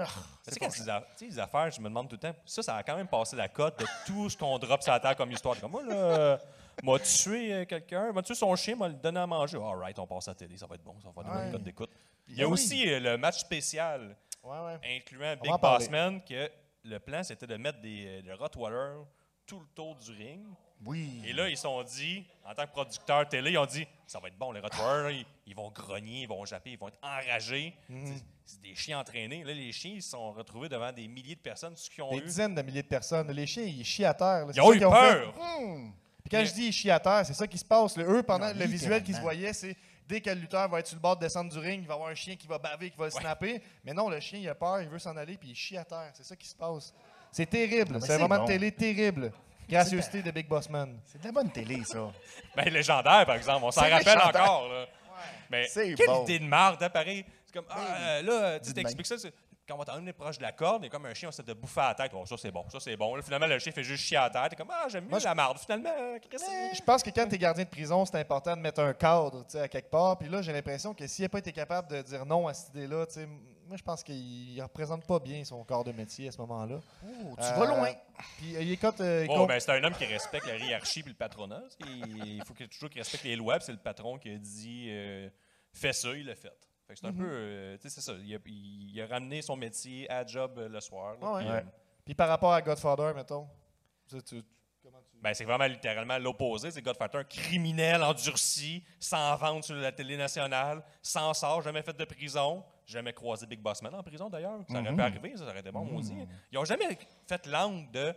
E: Ah,
C: Mais
E: c'est
C: Tu sais, quand
E: pas-
C: ces a- tu sais, les affaires, je me demande tout le temps, ça, ça a quand même passé la cote de tout ce qu'on drop sur la terre comme histoire. Comme moi, là, euh, m'a tué euh, quelqu'un, m'a tué son chien, m'a le donné à manger. All right, on passe à la télé, ça va être bon, ça va être une
D: Ouais. Ben
C: bonne cote d'écoute. Il y a
D: oui.
C: aussi euh, le match spécial
D: Ouais, ouais.
C: incluant
D: On
C: Big
D: va en parler.
C: Bossman, que le plan, c'était de mettre des, des Rottweilers tout le tour du ring.
E: Oui.
C: Et là, ils se sont dit, en tant que producteur télé, ils ont dit ça va être bon, les Rottweilers, ils, ils vont grogner, ils vont japper, ils vont être enragés.
D: Mm.
C: C'est- C'est des chiens entraînés. Là, les chiens, ils se sont retrouvés devant des milliers de personnes, ceux qui ont
D: Des
C: eu.
D: dizaines de milliers de personnes. Les chiens, ils chient à terre. là. C'est
C: Ils ont
D: ça
C: eu
D: qu'ils ont fait.
C: peur.
E: Hmm.
D: Puis quand je dis ils chient à terre, c'est ça qui se passe. là. Eux, pendant
E: Non,
D: le visuel qu'ils se
E: littéralement.
D: voyaient, c'est dès que le lutteur va être sur le bord de descendre du ring, il va avoir un chien qui va baver, qui va le snapper. Mais non, le chien, il a peur, il veut s'en aller, puis il chie à terre. C'est ça qui se passe. C'est terrible.
E: mais
D: C'est un
E: c'est
D: moment
E: bon.
D: de télé terrible. Gracieuseté de Big Boss Man.
E: C'est de la bonne télé, ça.
C: Ben, légendaire, par exemple, on s'en
E: C'est
C: rappelle
E: légendaire.
C: encore. Là. Mais
E: C'est
C: quelle
E: bon.
C: idée de marde, hein, pareil. C'est comme, ah, euh, là, tu
E: Dis de
C: t'expliques ça. c'est- Quand on t'en est proche de la corde, il y a comme un chien, on s'est de bouffer à la tête. Oh, ça, c'est bon, ça, c'est bon. Là, finalement, le chien fait juste chier à la tête. T'es comme, ah, j'aime mieux
D: Moi, je- Eh,
C: la marde, finalement. euh, Chris, euh,
D: Je pense que quand tu es gardien de prison, c'est important de mettre un cadre tu sais, à quelque part. Puis là, j'ai l'impression que s'il n'a pas été capable de dire non à cette idée-là, tu sais, moi, je pense qu'il ne représente pas bien son corps de métier à ce moment-là.
E: Oh, tu
D: Euh,
E: vas loin.
D: Puis euh, il écoute. euh, il
E: Oh,
C: Bon,
D: compte-
C: ben, c'est un homme qui respecte la hiérarchie et le patronat. Il il faut qu'il- toujours qu'il respecte les lois. puis C'est le patron qui a dit euh, fais ça, il l'a fait. Fait que
D: Mm-hmm.
C: c'est un peu. euh, tu sais, c'est ça. Il a, il- il a ramené son métier à job euh, le soir. là,
D: Ah Ouais.
C: puis, euh,
D: Ouais. Puis par rapport à Godfather, mettons. tu- tu-
C: ben, c'est vraiment littéralement l'opposé. C'est Godfather, un criminel endurci, sans vente sur la télé nationale, sans sort, jamais fait de prison. Jamais croisé Big Bossman en prison d'ailleurs. Ça
E: Mhm.
C: aurait pu arriver, ça, ça aurait été bon aussi. Ils n'ont jamais fait l'angle de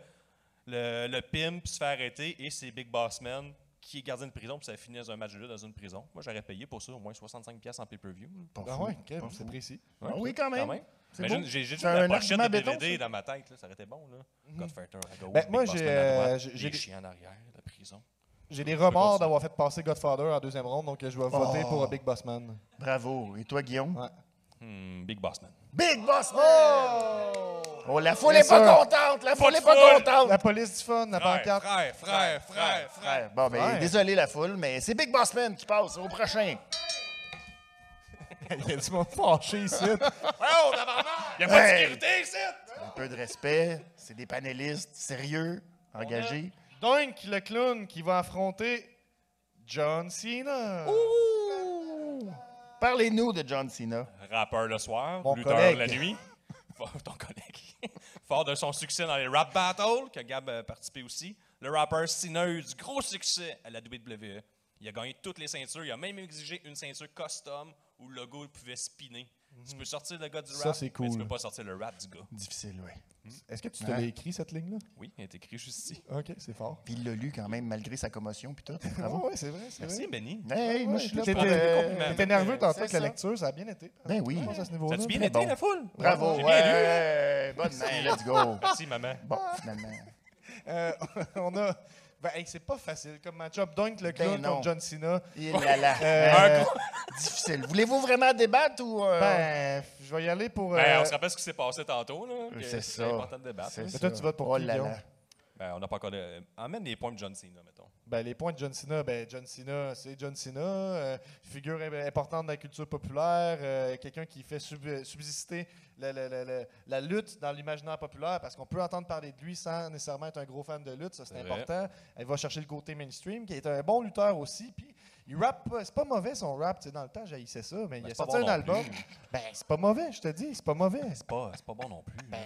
C: le, le pimp se fait arrêter et c'est Big Bossman qui est gardien de prison puis ça finit dans un match de lutte dans une prison. Moi, j'aurais payé pour ça au moins 65$ en pay-per-view.
E: Pas
D: Ah
E: fou,
D: ouais, ok,
E: pas
D: c'est
E: fou.
D: précis.
E: Ah oui, quand même.
C: Quand même.
E: C'est
C: Imagine,
E: beau.
C: J'ai j'ai juste
E: C'est
C: la
E: un
C: pochette de
E: argument béton,
C: DVD
E: ça. Mhm.
C: dans ma tête. là, Ça aurait été bon. Là. Godfather à gauche,
D: Ben,
C: Big
D: moi,
C: Bossman
D: j'ai,
C: à droite,
D: euh, j'ai- j'ai-
C: les chiens en arrière, la prison.
D: J'ai des
C: peux
D: remords
C: continuer.
D: d'avoir fait passer Godfather en deuxième ronde, donc euh, je vais voter pour euh, Big Boss Man.
E: Bravo. Et toi, Guillaume?
D: Ouais.
C: Hmm, Big Bossman.
E: Big Boss Man! Oh, la foule
D: Bien
E: est pas
D: sûr.
E: contente! La foule
C: de
E: est pas
C: foule.
E: contente!
D: La police du fun, la (laughs) pancarte.
C: frère, frère, frère,
E: Frère, Bon, ben,
D: Frère.
E: désolé la foule, mais c'est Big Boss Man qui passe au prochain.
D: Il y a du monde fâché ici.
C: Il n'y a pas
E: Hey.
C: de sécurité ici!
E: Un peu de respect, c'est des panélistes sérieux, engagés.
D: donc, le clown qui va affronter John Cena.
E: Parlez-nous de John Cena.
C: Rappeur le soir,
D: Mon
C: lutteur
D: collègue.
C: la nuit. Fort, ton collègue. (laughs) Fort de son succès dans les rap battles, que Gab a participé aussi, le rappeur Cena a eu du gros succès à la WWE. Il a gagné toutes les ceintures. Il a même exigé une ceinture custom où le logo pouvait spinner. Tu peux sortir le gars du rap,
D: Ça, c'est
C: mais tu
D: cool.
C: peux pas sortir le rap du gars.
E: Difficile, oui.
D: Est-ce que tu
E: Ouais.
D: t'avais écrit cette ligne-là?
C: Oui, il est écrit juste ici.
D: Ok, c'est fort.
E: Puis il l'a lu quand même, malgré sa commotion, (laughs) puis tout.
D: Ah
E: Bravo.
D: ouais, c'est vrai, c'est
C: Merci,
D: vrai.
C: Benny.
E: Hey, moi, je suis là
D: T'étais
E: pour, euh,
D: t'étais nerveux tantôt
E: c'est
D: avec la
E: ça.
D: lecture, ça a bien été.
E: Ben oui.
D: Je pense à ce
C: Ça
D: niveau-là.
C: tu bien
D: mais
C: été,
E: bon.
C: la foule?
E: Bravo.
C: J'ai bien hein?
E: Ouais, bonne main, let's go.
C: Merci, maman.
E: Bon, finalement.
D: Euh, (laughs) on a. Ben, hey, c'est pas facile comme match-up. Donc, le
E: Ben
D: clown
E: non.
D: contre John Cena.
E: Il Eh là là.
D: Euh,
E: Difficile. Voulez-vous vraiment débattre ou. euh,
D: ben, je vais y aller pour.
C: Ben,
D: euh,
C: on se rappelle ce qui s'est passé tantôt. là, que
E: c'est ça.
C: important de débattre.
E: C'est
D: Mais
E: ça.
D: toi, tu votes pour
E: oh
D: qui,
E: là
D: Guillaume?
E: là.
C: Ben, on n'a pas encore. de- Emmène les points de John Cena, mettons.
D: Ben, les points de John Cena, ben, John Cena, c'est John Cena, euh, figure im- importante de la culture populaire, euh, quelqu'un qui fait sub- subsister la, la- la- la- la lutte dans l'imaginaire populaire, parce qu'on peut entendre parler de lui sans nécessairement être un gros fan de lutte, ça c'est
C: C'est vrai.
D: important. Elle va chercher le côté mainstream, qui est un bon lutteur aussi, puis il rappe, pas- c'est pas mauvais son rap, tu sais, dans le temps j'haïssais ça, mais il a
C: Ben, c'est pas bon
D: sorti un
C: non
D: album,
C: plus.
D: ben c'est pas mauvais, je te dis, c'est pas mauvais.
C: C'est pas, c'est pas bon non plus.
E: Ben,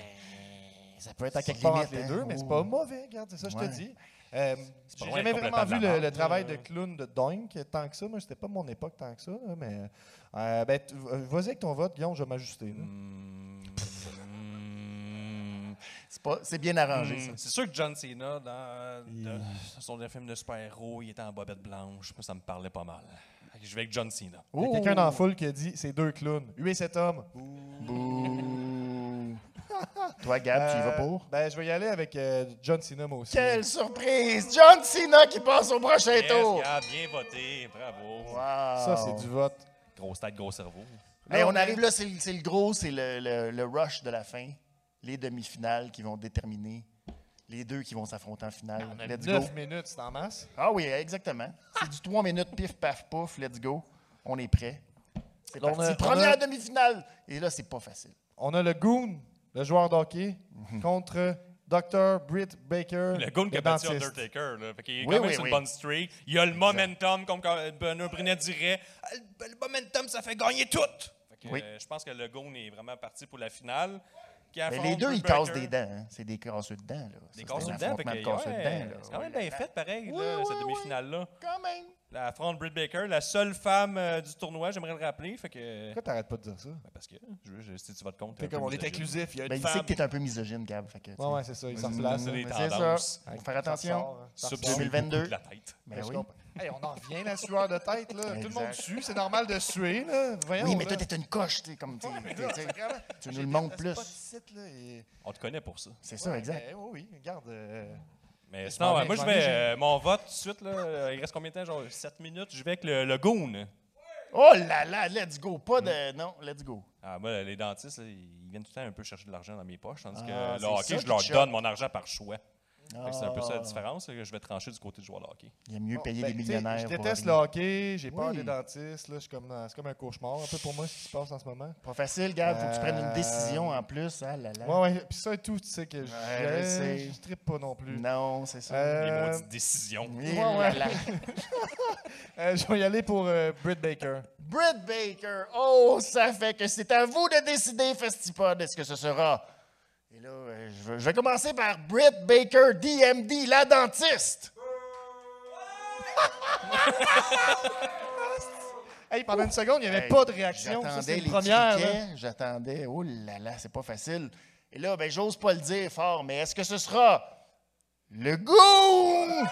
E: Ça peut être à
D: T'as
E: quelque
D: quelque part
E: limite.
D: entre les
E: hein.
D: deux, mais c'est pas mauvais, regarde, c'est ça, je
E: Ouais.
D: te dis. Euh,
C: pas
D: J'ai
C: loin
D: jamais
C: d'être
D: vraiment vu
C: complètement de la
D: le, le
C: merde,
D: travail
C: là.
D: de clown de Doink tant que ça. Moi, c'était pas mon époque tant que ça, là, mais euh, ben, t- euh, vas-y avec ton vote, Guillaume, je vais m'ajuster. là.
C: Hmm.
E: C'est pas- C'est bien arrangé, ça.
C: Hmm. C'est sûr que John Cena, dans de- son film de super-héros, il était en bobette blanche. Moi, ça me parlait pas mal. Fait que Je vais avec John Cena.
D: Il y a quelqu'un dans la foule qui a dit c'est deux clowns, hué cet homme.
E: Bouh. Toi, Gab, tu y vas
D: Euh,
E: pour? Hmm.
D: ben, Je vais y aller avec euh, John Cena, moi aussi.
E: Quelle surprise! John Cena qui passe au prochain
C: Yes,
E: tour!
C: Gab, bien voté. Bravo.
E: Wow.
D: Ça, c'est du vote
C: Grosse tête, gros cerveau.
E: Hey, Ben, on arrive là, c'est c'est le gros, c'est le, le- le rush de la fin. Les demi-finales qui vont déterminer les deux qui vont s'affronter en finale.
D: On a
E: let's go.
D: 9 minutes, c'est en masse.
E: Ah oui, exactement. C'est du 3 minutes, pif, paf, pouf, let's go. On est prêt. C'est
D: Là, on
E: parti.
D: a- on
E: Première
D: a-
E: demi-finale. Et là, c'est pas facile.
D: On a le Goon, le joueur d'hockey, contre Dr. Britt Baker.
C: Mhm. Le goon qui a battu
D: dentiste.
C: Undertaker, là. Fait qu'il est
E: Oui,
C: quand même
E: oui,
C: sur
E: oui.
C: une bonne streak. Il a le momentum, comme quand Benoît Brunet dirait. Ah, Le le momentum, ça fait gagner tout! Fait que,
E: Oui.
C: euh, je pense que le goon est vraiment parti pour la finale. Qui
E: Mais les
C: affronte
E: deux, ils
C: Brubaker.
E: cassent des dents. hein. C'est des casseux de dents. Là.
C: Des
E: Ça,
C: casses sous
E: c'est un
C: le dent. fait
E: affrontement de
C: que,
E: casseux de
C: ouais, euh,
E: dents, là.
C: C'est quand même bien fait, pareil,
E: Oui,
C: là, cette
E: oui,
C: demi-finale-là.
E: Quand même.
C: Elle affronte Britt Baker, la seule femme euh, du tournoi, j'aimerais le rappeler. Fait que...
D: Pourquoi t'arrêtes pas de dire ça?
C: Ben, parce que, je veux, je, si tu vas te compte.
F: T'es comme on est inclusif, il y a une
E: Ben, il sait
F: femme.
E: que t'es un peu misogyne, Gab. Fait que, tu sais.
D: Ouais, ouais, c'est ça, il s'en
C: Là,
D: place.
C: c'est des
E: Mais c'est
C: tendances.
E: ça. Faut faire attention.
C: Sub-
E: 2022.
C: de la tête.
E: Mais oui.
D: Hey, on en revient, la sueur de tête, là. Tout le
E: Exact.
D: monde sue, c'est normal de suer, là. Voyons,
E: Oui, mais
D: là.
E: toi, t'es une coche, t'es comme. t'es- t'es- t'es- Tu nous
D: Ah,
E: le montres
D: c'est
E: plus.
D: pas de site, là, et-
C: On te connaît pour ça.
E: C'est ça, exact.
D: Eh, oui, oui, regarde. euh,
C: Mais
D: m'en
C: sinon, ouais,
D: viens,
C: moi,
D: je
C: je
D: m'en
C: vais.
D: viens,
C: euh, mon vote, tout de suite, là, euh, il reste combien de temps Genre 7 minutes. Je vais avec le, le goon.
E: Oh là là, let's go. Pas de.
D: Mm.
E: Non, let's go.
C: Ah, moi, les dentistes, là, ils viennent tout le temps un peu chercher de l'argent dans mes poches. Tandis
E: Ah,
C: que
E: c'est
C: le
E: ça
C: hockey,
E: qui
C: je leur
E: te
C: donne mon argent par choix. Fait que C'est un peu
E: Ah.
C: ça la différence. là, que Je vais trancher du côté du joueur de hockey.
E: Il aime mieux payer
D: ben,
E: des
D: tu sais,
E: millionnaires.
D: Je
E: pour
D: déteste le
E: avoir
D: hockey, j'ai peur
E: Oui.
D: des dentistes, là. je suis comme dans- C'est comme un cauchemar, un peu pour moi, ce qui se passe en ce moment.
E: des- Pas facile, Gab. Faut que tu prennes une
D: Euh,
E: décision en plus. Ah là là.
D: Ouais, ouais, puis ça et tout, tu sais que je
E: Ouais, je sais.
D: je je trippe pas non plus.
E: Non, c'est ça.
D: Euh,
C: Les maudites
D: (laughs)
C: décisions.
E: Eh
D: ouais,
E: là
D: ouais.
E: là.
D: Euh, je vais y aller pour euh, Britt Baker.
E: Britt Baker, oh, ça fait que c'est à vous de décider, Festipod, est-ce que ce sera. Et là, euh, je vais, je vais commencer par Britt Baker, DMD, la dentiste.
D: Hey, pendant une seconde, il n'y avait
E: Hey,
D: pas de réaction. Ça,
E: J'attendais
D: c'est
E: les
D: une première. hein.
E: tickets,
D: là.
E: J'attendais. Oh là là, c'est pas facile. Et là, ben, j'ose pas le dire fort, mais est-ce que ce sera le goût?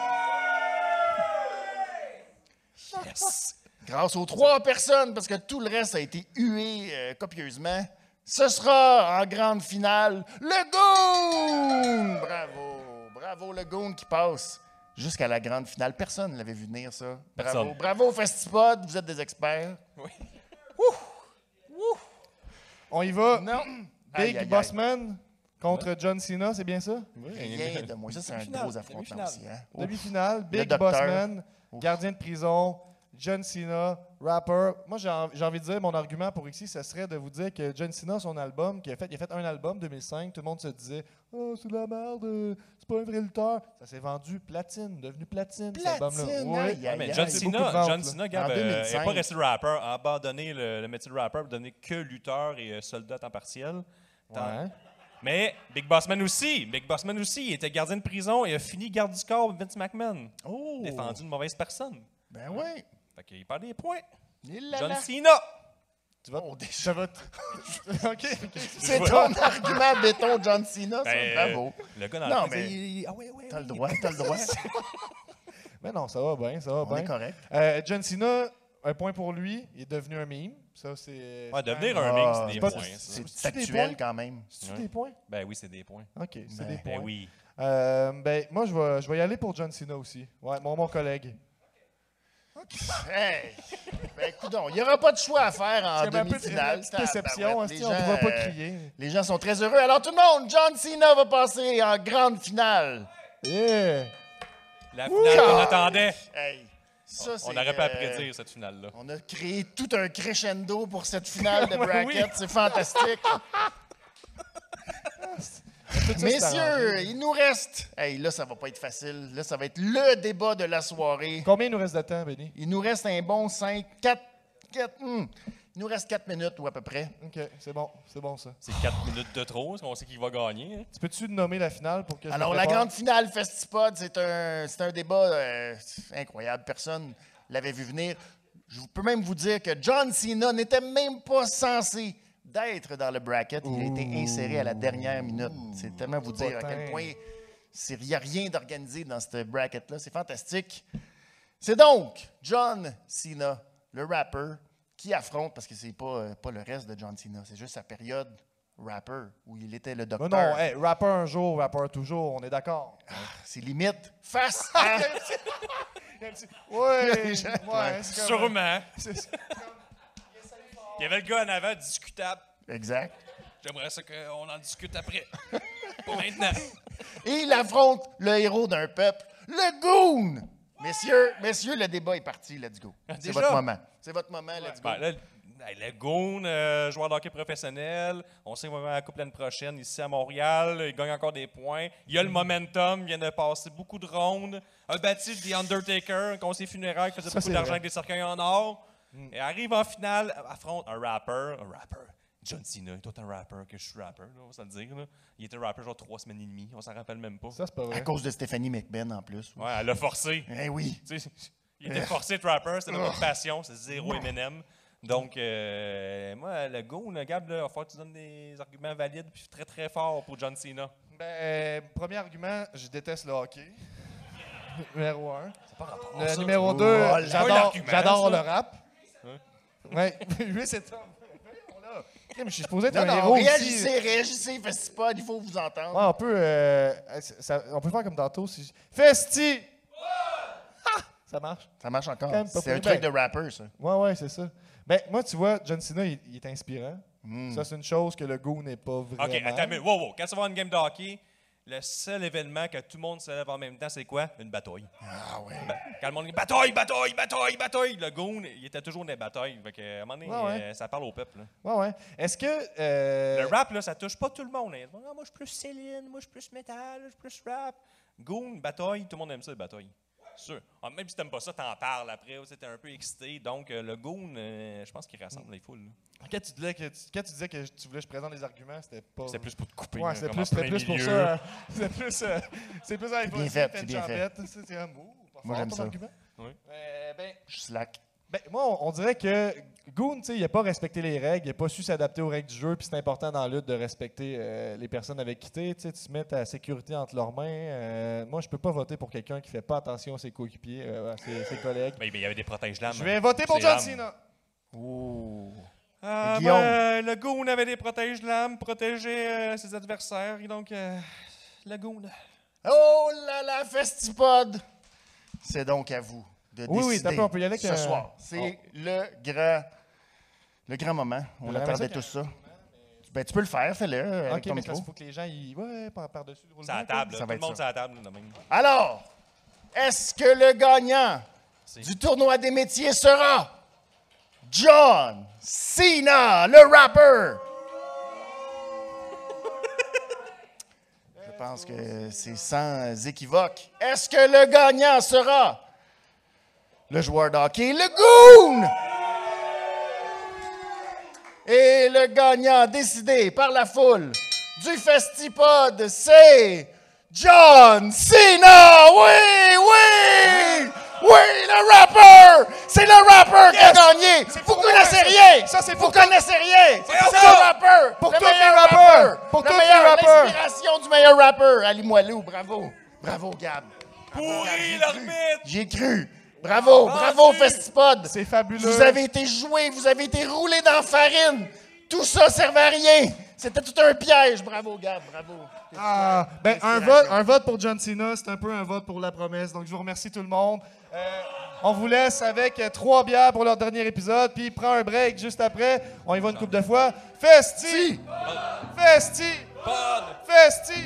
C: Yes.
E: Grâce aux trois personnes, parce que tout le reste a été hué euh, copieusement, ce sera en grande finale le Goon! Bravo! Bravo, le Goon qui passe jusqu'à la grande finale. Personne ne l'avait vu venir, ça. Bravo.
C: Personne.
E: Bravo, Festipod, vous êtes des experts.
D: On y va.
E: Non. Aïe, aïe,
D: Big
E: aïe.
D: Bossman contre John Cena, c'est bien ça?
E: Rien de moins. Ça, c'est un
C: Demi-finale,
E: gros affrontement
C: demi-finale.
E: aussi. hein? Oh,
D: Demi-finale, Big
E: docteur.
D: Bossman, gardien de prison, John Cena, rapper. Moi, j'ai en- j'ai envie de dire, mon argument pour ici, ce serait de vous dire que John Cena, son album, qu'il a fait, il a fait un album 2005, tout le monde se disait « Oh, c'est de la merde, euh, c'est pas un vrai lutteur. » Ça s'est vendu platine, devenu platine, cet
E: Platine,
D: album-là. Oui.
E: aïe,
C: Ouais,
E: aïe,
C: mais
E: aïe.
C: John
D: C'est beaucoup de
C: Cena,
D: ventes,
C: John
D: là.
C: Cena, Gab,
E: En
C: euh,
E: 2005.
C: est pas resté le rapper, a abandonné le, le métier de rapper pour devenir que lutteur et euh, soldat à temps partiel. Tant-
D: Ouais.
C: Mais Big Bossman aussi, Big Bossman aussi, il était gardien de prison et a fini garde du corps Vince McMahon.
E: Oh!
C: Défendu une mauvaise personne.
E: Ben oui.
C: Fait qu'il perd des points.
E: Et là
C: John
E: là.
C: Cena!
D: Tu vas... Ça va t- (laughs) OK.
E: C'est ton argument béton, John Cena, ça.
C: Ben,
E: Bravo.
C: Le gars dans
E: Non,
C: le fond, il
E: mais-
C: disait, il- il- Ah ouais, ouais,
E: T'as le
C: oui.
E: droit, t'as
C: (laughs)
E: le droit.
D: Mais non, ça va bien, ça va
E: On
D: bien.
E: est correct.
D: Euh, John Cena, un point pour lui, il est devenu un mime. Ça, c'est.
C: Ouais, devenir un
E: Ah,
C: meme, c'est
E: c'est
C: des
D: pas-
C: points. ça.
E: C'est
D: C'est des points.
E: factuel quand même.
D: C'est des points?
C: Ben oui, c'est des points.
D: Ok, c'est
E: Ben,
D: des points.
C: Ben oui.
D: Euh, ben, moi, je vais, je vais y aller pour John Cena aussi. Ouais, mon, mon collègue.
E: Hey! Ben, coudonc, il n'y aura pas de choix à faire en
D: J'avais un peu de-
E: demi-finale.
D: petite déception,
E: Tabarouette,
D: hein,
E: les
D: si on ne
E: gens,
D: va pas
E: euh,
D: crier.
E: Les gens sont très heureux. Alors, tout le monde, John Cena va passer en grande finale.
D: Yeah!
C: La finale qu'on
E: Ouh!
C: attendait.
E: Hey! Ça, c'est,
C: On n'aurait pas à
E: euh,
C: prédire cette finale-là.
E: On a créé tout un crescendo pour cette
D: (laughs)
E: finale de bracket.
C: oui.
E: C'est fantastique.
D: Tout ça, c'est
E: Messieurs,
D: arrangé.
E: il nous reste. Hey, là, ça va pas être facile. Là, ça va être le débat de la soirée.
D: Combien il nous reste de temps, Benny?
E: Il nous reste un bon 5, 4, 4. hmm. Il nous reste 4 minutes ou à peu près.
D: Ok, c'est bon, c'est bon ça.
C: C'est 4 minutes de trop, parce qu'on sait qu'il va gagner. hein.
D: Tu peux-tu nommer la finale pour que je
E: Alors,
D: me
E: la
D: prépare?
E: grande finale Festipod, c'est un, c'est un débat euh, incroyable. Personne l'avait vu venir. Je vous- peux même vous dire que John Cena n'était même pas censé d'être dans le bracket. Il a été inséré à la dernière minute. C'est tellement vous dire à quel
D: Potin.
E: point c'est- il n'y a rien d'organisé dans ce bracket-là. C'est fantastique. C'est donc John Cena, le rapper, qui affronte, parce que c'est pas, euh, pas le reste de John Cena, c'est juste sa période rapper où il était le
D: Ben Non,
E: docteur.
D: non, hey, rapper un jour, rapper toujours, on est
E: (laughs)
D: d'accord.
E: C'est limite face
C: Ah.
E: à.
D: Ouais, ouais,
E: gens-
D: c'est comme-
C: Sûrement.
D: c'est- c'est comme-
C: Il y avait le gars en avant, discutable.
E: Exact.
C: J'aimerais ça qu'on en discute
E: (laughs)
C: après. Pas maintenant.
E: Et il affronte le héros d'un peuple, le Goon. Messieurs, messieurs, le débat est parti. Let's go. C'est
C: Ah, Déjà?
E: votre moment. C'est votre moment. Let's go.
C: Ben, là, hey, le Goon, euh, joueur de hockey professionnel, on sait qu'il va gagner la Coupe l'année prochaine ici à Montréal. Il gagne encore des points. Il
D: Mm.
C: a le momentum. Il vient de passer beaucoup de rondes. A battu The Undertaker, un conseiller funéraire qui faisait
D: c'est
C: beaucoup d'argent
D: vrai. Mm.
C: avec des cercueils en or. Et arrive en finale, affronte un rapper. Un rapper. John Cena, toi t'es un rapper que je suis rapper, là, on va se le dire. là. Il était rapper genre trois semaines et demie, on s'en rappelle même pas.
D: Ça, c'est pas
E: À
D: vrai.
E: cause de Stéphanie McBen en plus.
C: Ouais, elle l'a forcé.
E: Eh oui.
C: Tu sais, (laughs) il était forcé de rapper, c'était
D: Ah.
C: pas de passion, c'est zéro M&M. Donc, euh, moi, le go, le Gab, là, il va falloir que tu donnes des arguments valides puis très très forts pour John Cena.
D: Ben, euh, premier argument, je déteste le hockey. (laughs) numéro un. Le
C: ça,
D: numéro
E: tu-
D: deux,
E: Oh, là.
C: C'est pas un
D: j'adore,
C: argument,
D: j'adore le
C: ça. Hein?
D: rap. Ouais, (laughs) oui, c'est ça. Crime, Je suis supposé être
E: Non,
D: un
E: non,
D: héros
E: réagissez,
D: aussi.
E: réagissez, festival, il faut vous entendre.
D: Ouais, on peut, euh, ça- on peut faire comme tantôt. Si... Festi! Ah! Ça marche.
E: Ça marche encore.
D: Quand même pas
E: C'est un
D: pour-
E: truc de
D: ben-
E: rapper, ça.
D: Ouais, ouais, c'est ça. Ben, moi, tu vois, John Cena, il, il est inspirant. Ça, c'est une chose que le goût n'est pas vraiment.
C: Hmm. OK, attends, mais wow, wow, quand tu vas à une game de hockey, le seul événement que tout le monde se lève en même temps, c'est quoi? Une bataille.
E: Ah ouais.
C: Ba- Quand le monde dit « bataille, bataille, bataille, bataille », le goon, il était toujours dans les batailles. Fait que, à un moment donné,
D: Ouais, ouais.
C: euh, ça parle au peuple. là.
D: Ouais, ouais. Est-ce que. euh,
C: Le rap, là, ça touche pas tout le monde. hein. Il y a du monde, Ah, moi, je suis plus Céline, moi, je suis plus métal, je suis plus rap. Goon, bataille, tout le monde aime ça, les batailles. Sûr. Ah, même si t'aimes pas ça, t'en parles après. Tu t'es un peu excité. Donc, euh, le goon, euh, je pense qu'il rassemble les foules. là.
D: Quand tu, disais que tu, quand tu disais que tu voulais que je présente des arguments, c'était pas.
C: C'était plus pour te couper.
D: Ouais,
C: là,
D: c'était
C: comme en
D: plus, c'était
C: plein
D: plus pour
C: milieu.
D: ça. (laughs) euh, C'était plus. euh, C'est plus avec
E: bien fait, c'est bien
D: C'est un mot.
E: Moi, j'aime ça.
C: Oui.
D: Euh, ben,
E: Je slack.
D: Ben, moi, on- on dirait que Goon, tu sais, il n'a pas respecté les règles, il n'a pas su s'adapter aux règles du jeu, puis c'est important dans la lutte de respecter euh, les personnes avec qui t'es, tu sais, tu mets ta sécurité entre leurs mains. euh, moi, je peux pas voter pour quelqu'un qui fait pas attention à ses coéquipiers, euh, à ses, ses collègues.
E: Ben,
C: Mais mais il y avait des protège-lames.
D: Je vais voter pour
C: C'est
D: John
C: l'âme.
D: Cena.
C: Ah,
E: Guillaume.
C: ben, le goon avait des protège-lames, protégeait euh, ses adversaires. Et donc, euh, le goon.
E: Oh là là, Festipod! C'est donc à vous de
D: Oui, oui,
E: décider
D: t'as pas, on peut y aller avec
E: ce
D: un- Oh.
E: soir. C'est le grand le grand moment. On
D: J'aimerais
E: attendait
D: ça
E: tout ça. Ben, tu peux le faire, fais-le euh, avec
D: Ok,
E: ton
D: mais il
E: micro.
D: faut que les gens, ils. Ouais, par- par-dessus le roulement.
C: C'est à la
D: quoi.
C: table.
E: Ça
C: là.
E: va
C: Hein, Tout le
E: être
C: monde, c'est
E: ça.
C: à la table. là, de même.
E: Alors, est-ce que le gagnant du tournoi des métiers sera John Cena, le
D: (laughs)
E: rapper? Je pense que c'est sans équivoque. Est-ce que le gagnant sera le joueur de hockey, le Goon? Et le gagnant décidé par la foule du Festipod, c'est John Cena! Oui, oui! Oui, le rapper! C'est le rapper qui a gagné! Vous connaissez rien!
D: Ça, c'est
E: Vous connaissez rien!
D: pour
E: C'est
D: ça.
E: le rapper!
D: Pour
E: le
D: tous les
E: meilleur
D: rappeurs.
E: rappeur,
D: Pour
E: le
D: tous les
E: meilleur-
D: rappeurs.
E: L'inspiration du meilleur rapper! Ali Moilou, bravo! Bravo, Gab! Bravo, Gab,
C: Pourri
E: j'ai cru.
C: l'arbitre!
E: J'y ai cru! Bravo! Bravo, Festipod!
D: Ah, C'est fabuleux.
E: Vous avez été joué, vous avez été roulé dans la farine. Tout ça servait à rien. C'était tout un piège. Bravo, Gab, bravo.
D: Ah, ben, un, vote, un vote pour John Cena, c'est un peu un vote pour la promesse. Donc, je vous remercie tout le monde. Euh, on vous laisse avec euh, trois bières pour leur dernier épisode, puis prend un break juste après. On y va une coupe de fois. Festi! Festi! Festi!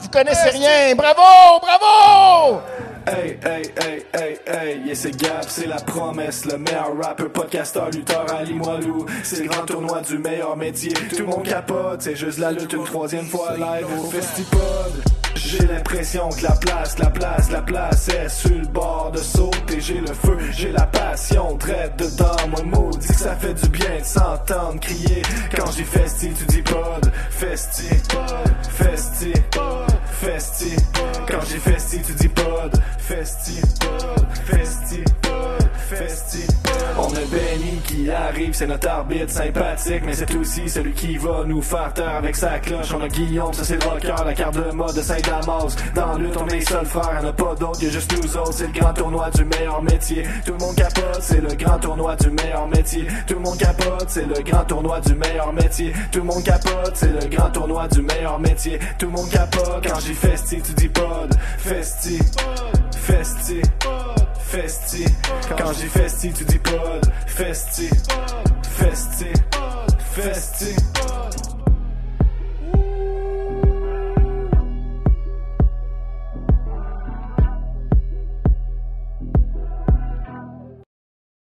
E: Vous connaissez rien. Bravo,
D: Oh!
E: bravo!
F: Hey, hey, hey, hey, hey, yeah, c'est Gap, c'est la promesse, le meilleur rappeur, podcasteur, lutteur, Ali Moilou, c'est le grand tournoi du meilleur métier, tout le monde capote, c'est juste la lutte une troisième fois live au Festipod. J'ai l'impression que la place, la place, la place est sur le bord de sauter, j'ai le feu, j'ai la passion, traite dedans, moi maudit que ça fait du bien de s'entendre crier, quand j'ai festi, tu dis pod, festi, pod, festi, pod, festi, quand j'ai festi, tu dis pod, festi, pod, festi, pod, festi. On a Benny qui arrive, c'est notre arbitre sympathique, mais c'est aussi celui qui va nous faire taire avec sa cloche. On a Guillaume, ça c'est le rocker, la carte de mode de Saint-Damas. Dans lutte, on est seul frère, y'en a pas d'autre, y'a juste nous autres. C'est le grand tournoi du meilleur métier. Tout le monde capote, c'est le grand tournoi du meilleur métier. Tout le monde capote, c'est le grand tournoi du meilleur métier. Tout le monde capote, c'est le grand tournoi du meilleur métier. Tout le monde capote, quand j'ai festi, tu dis pod, festi, festi, festi. Quand j'ai festi, tu dis pod, festi, Festé, festé.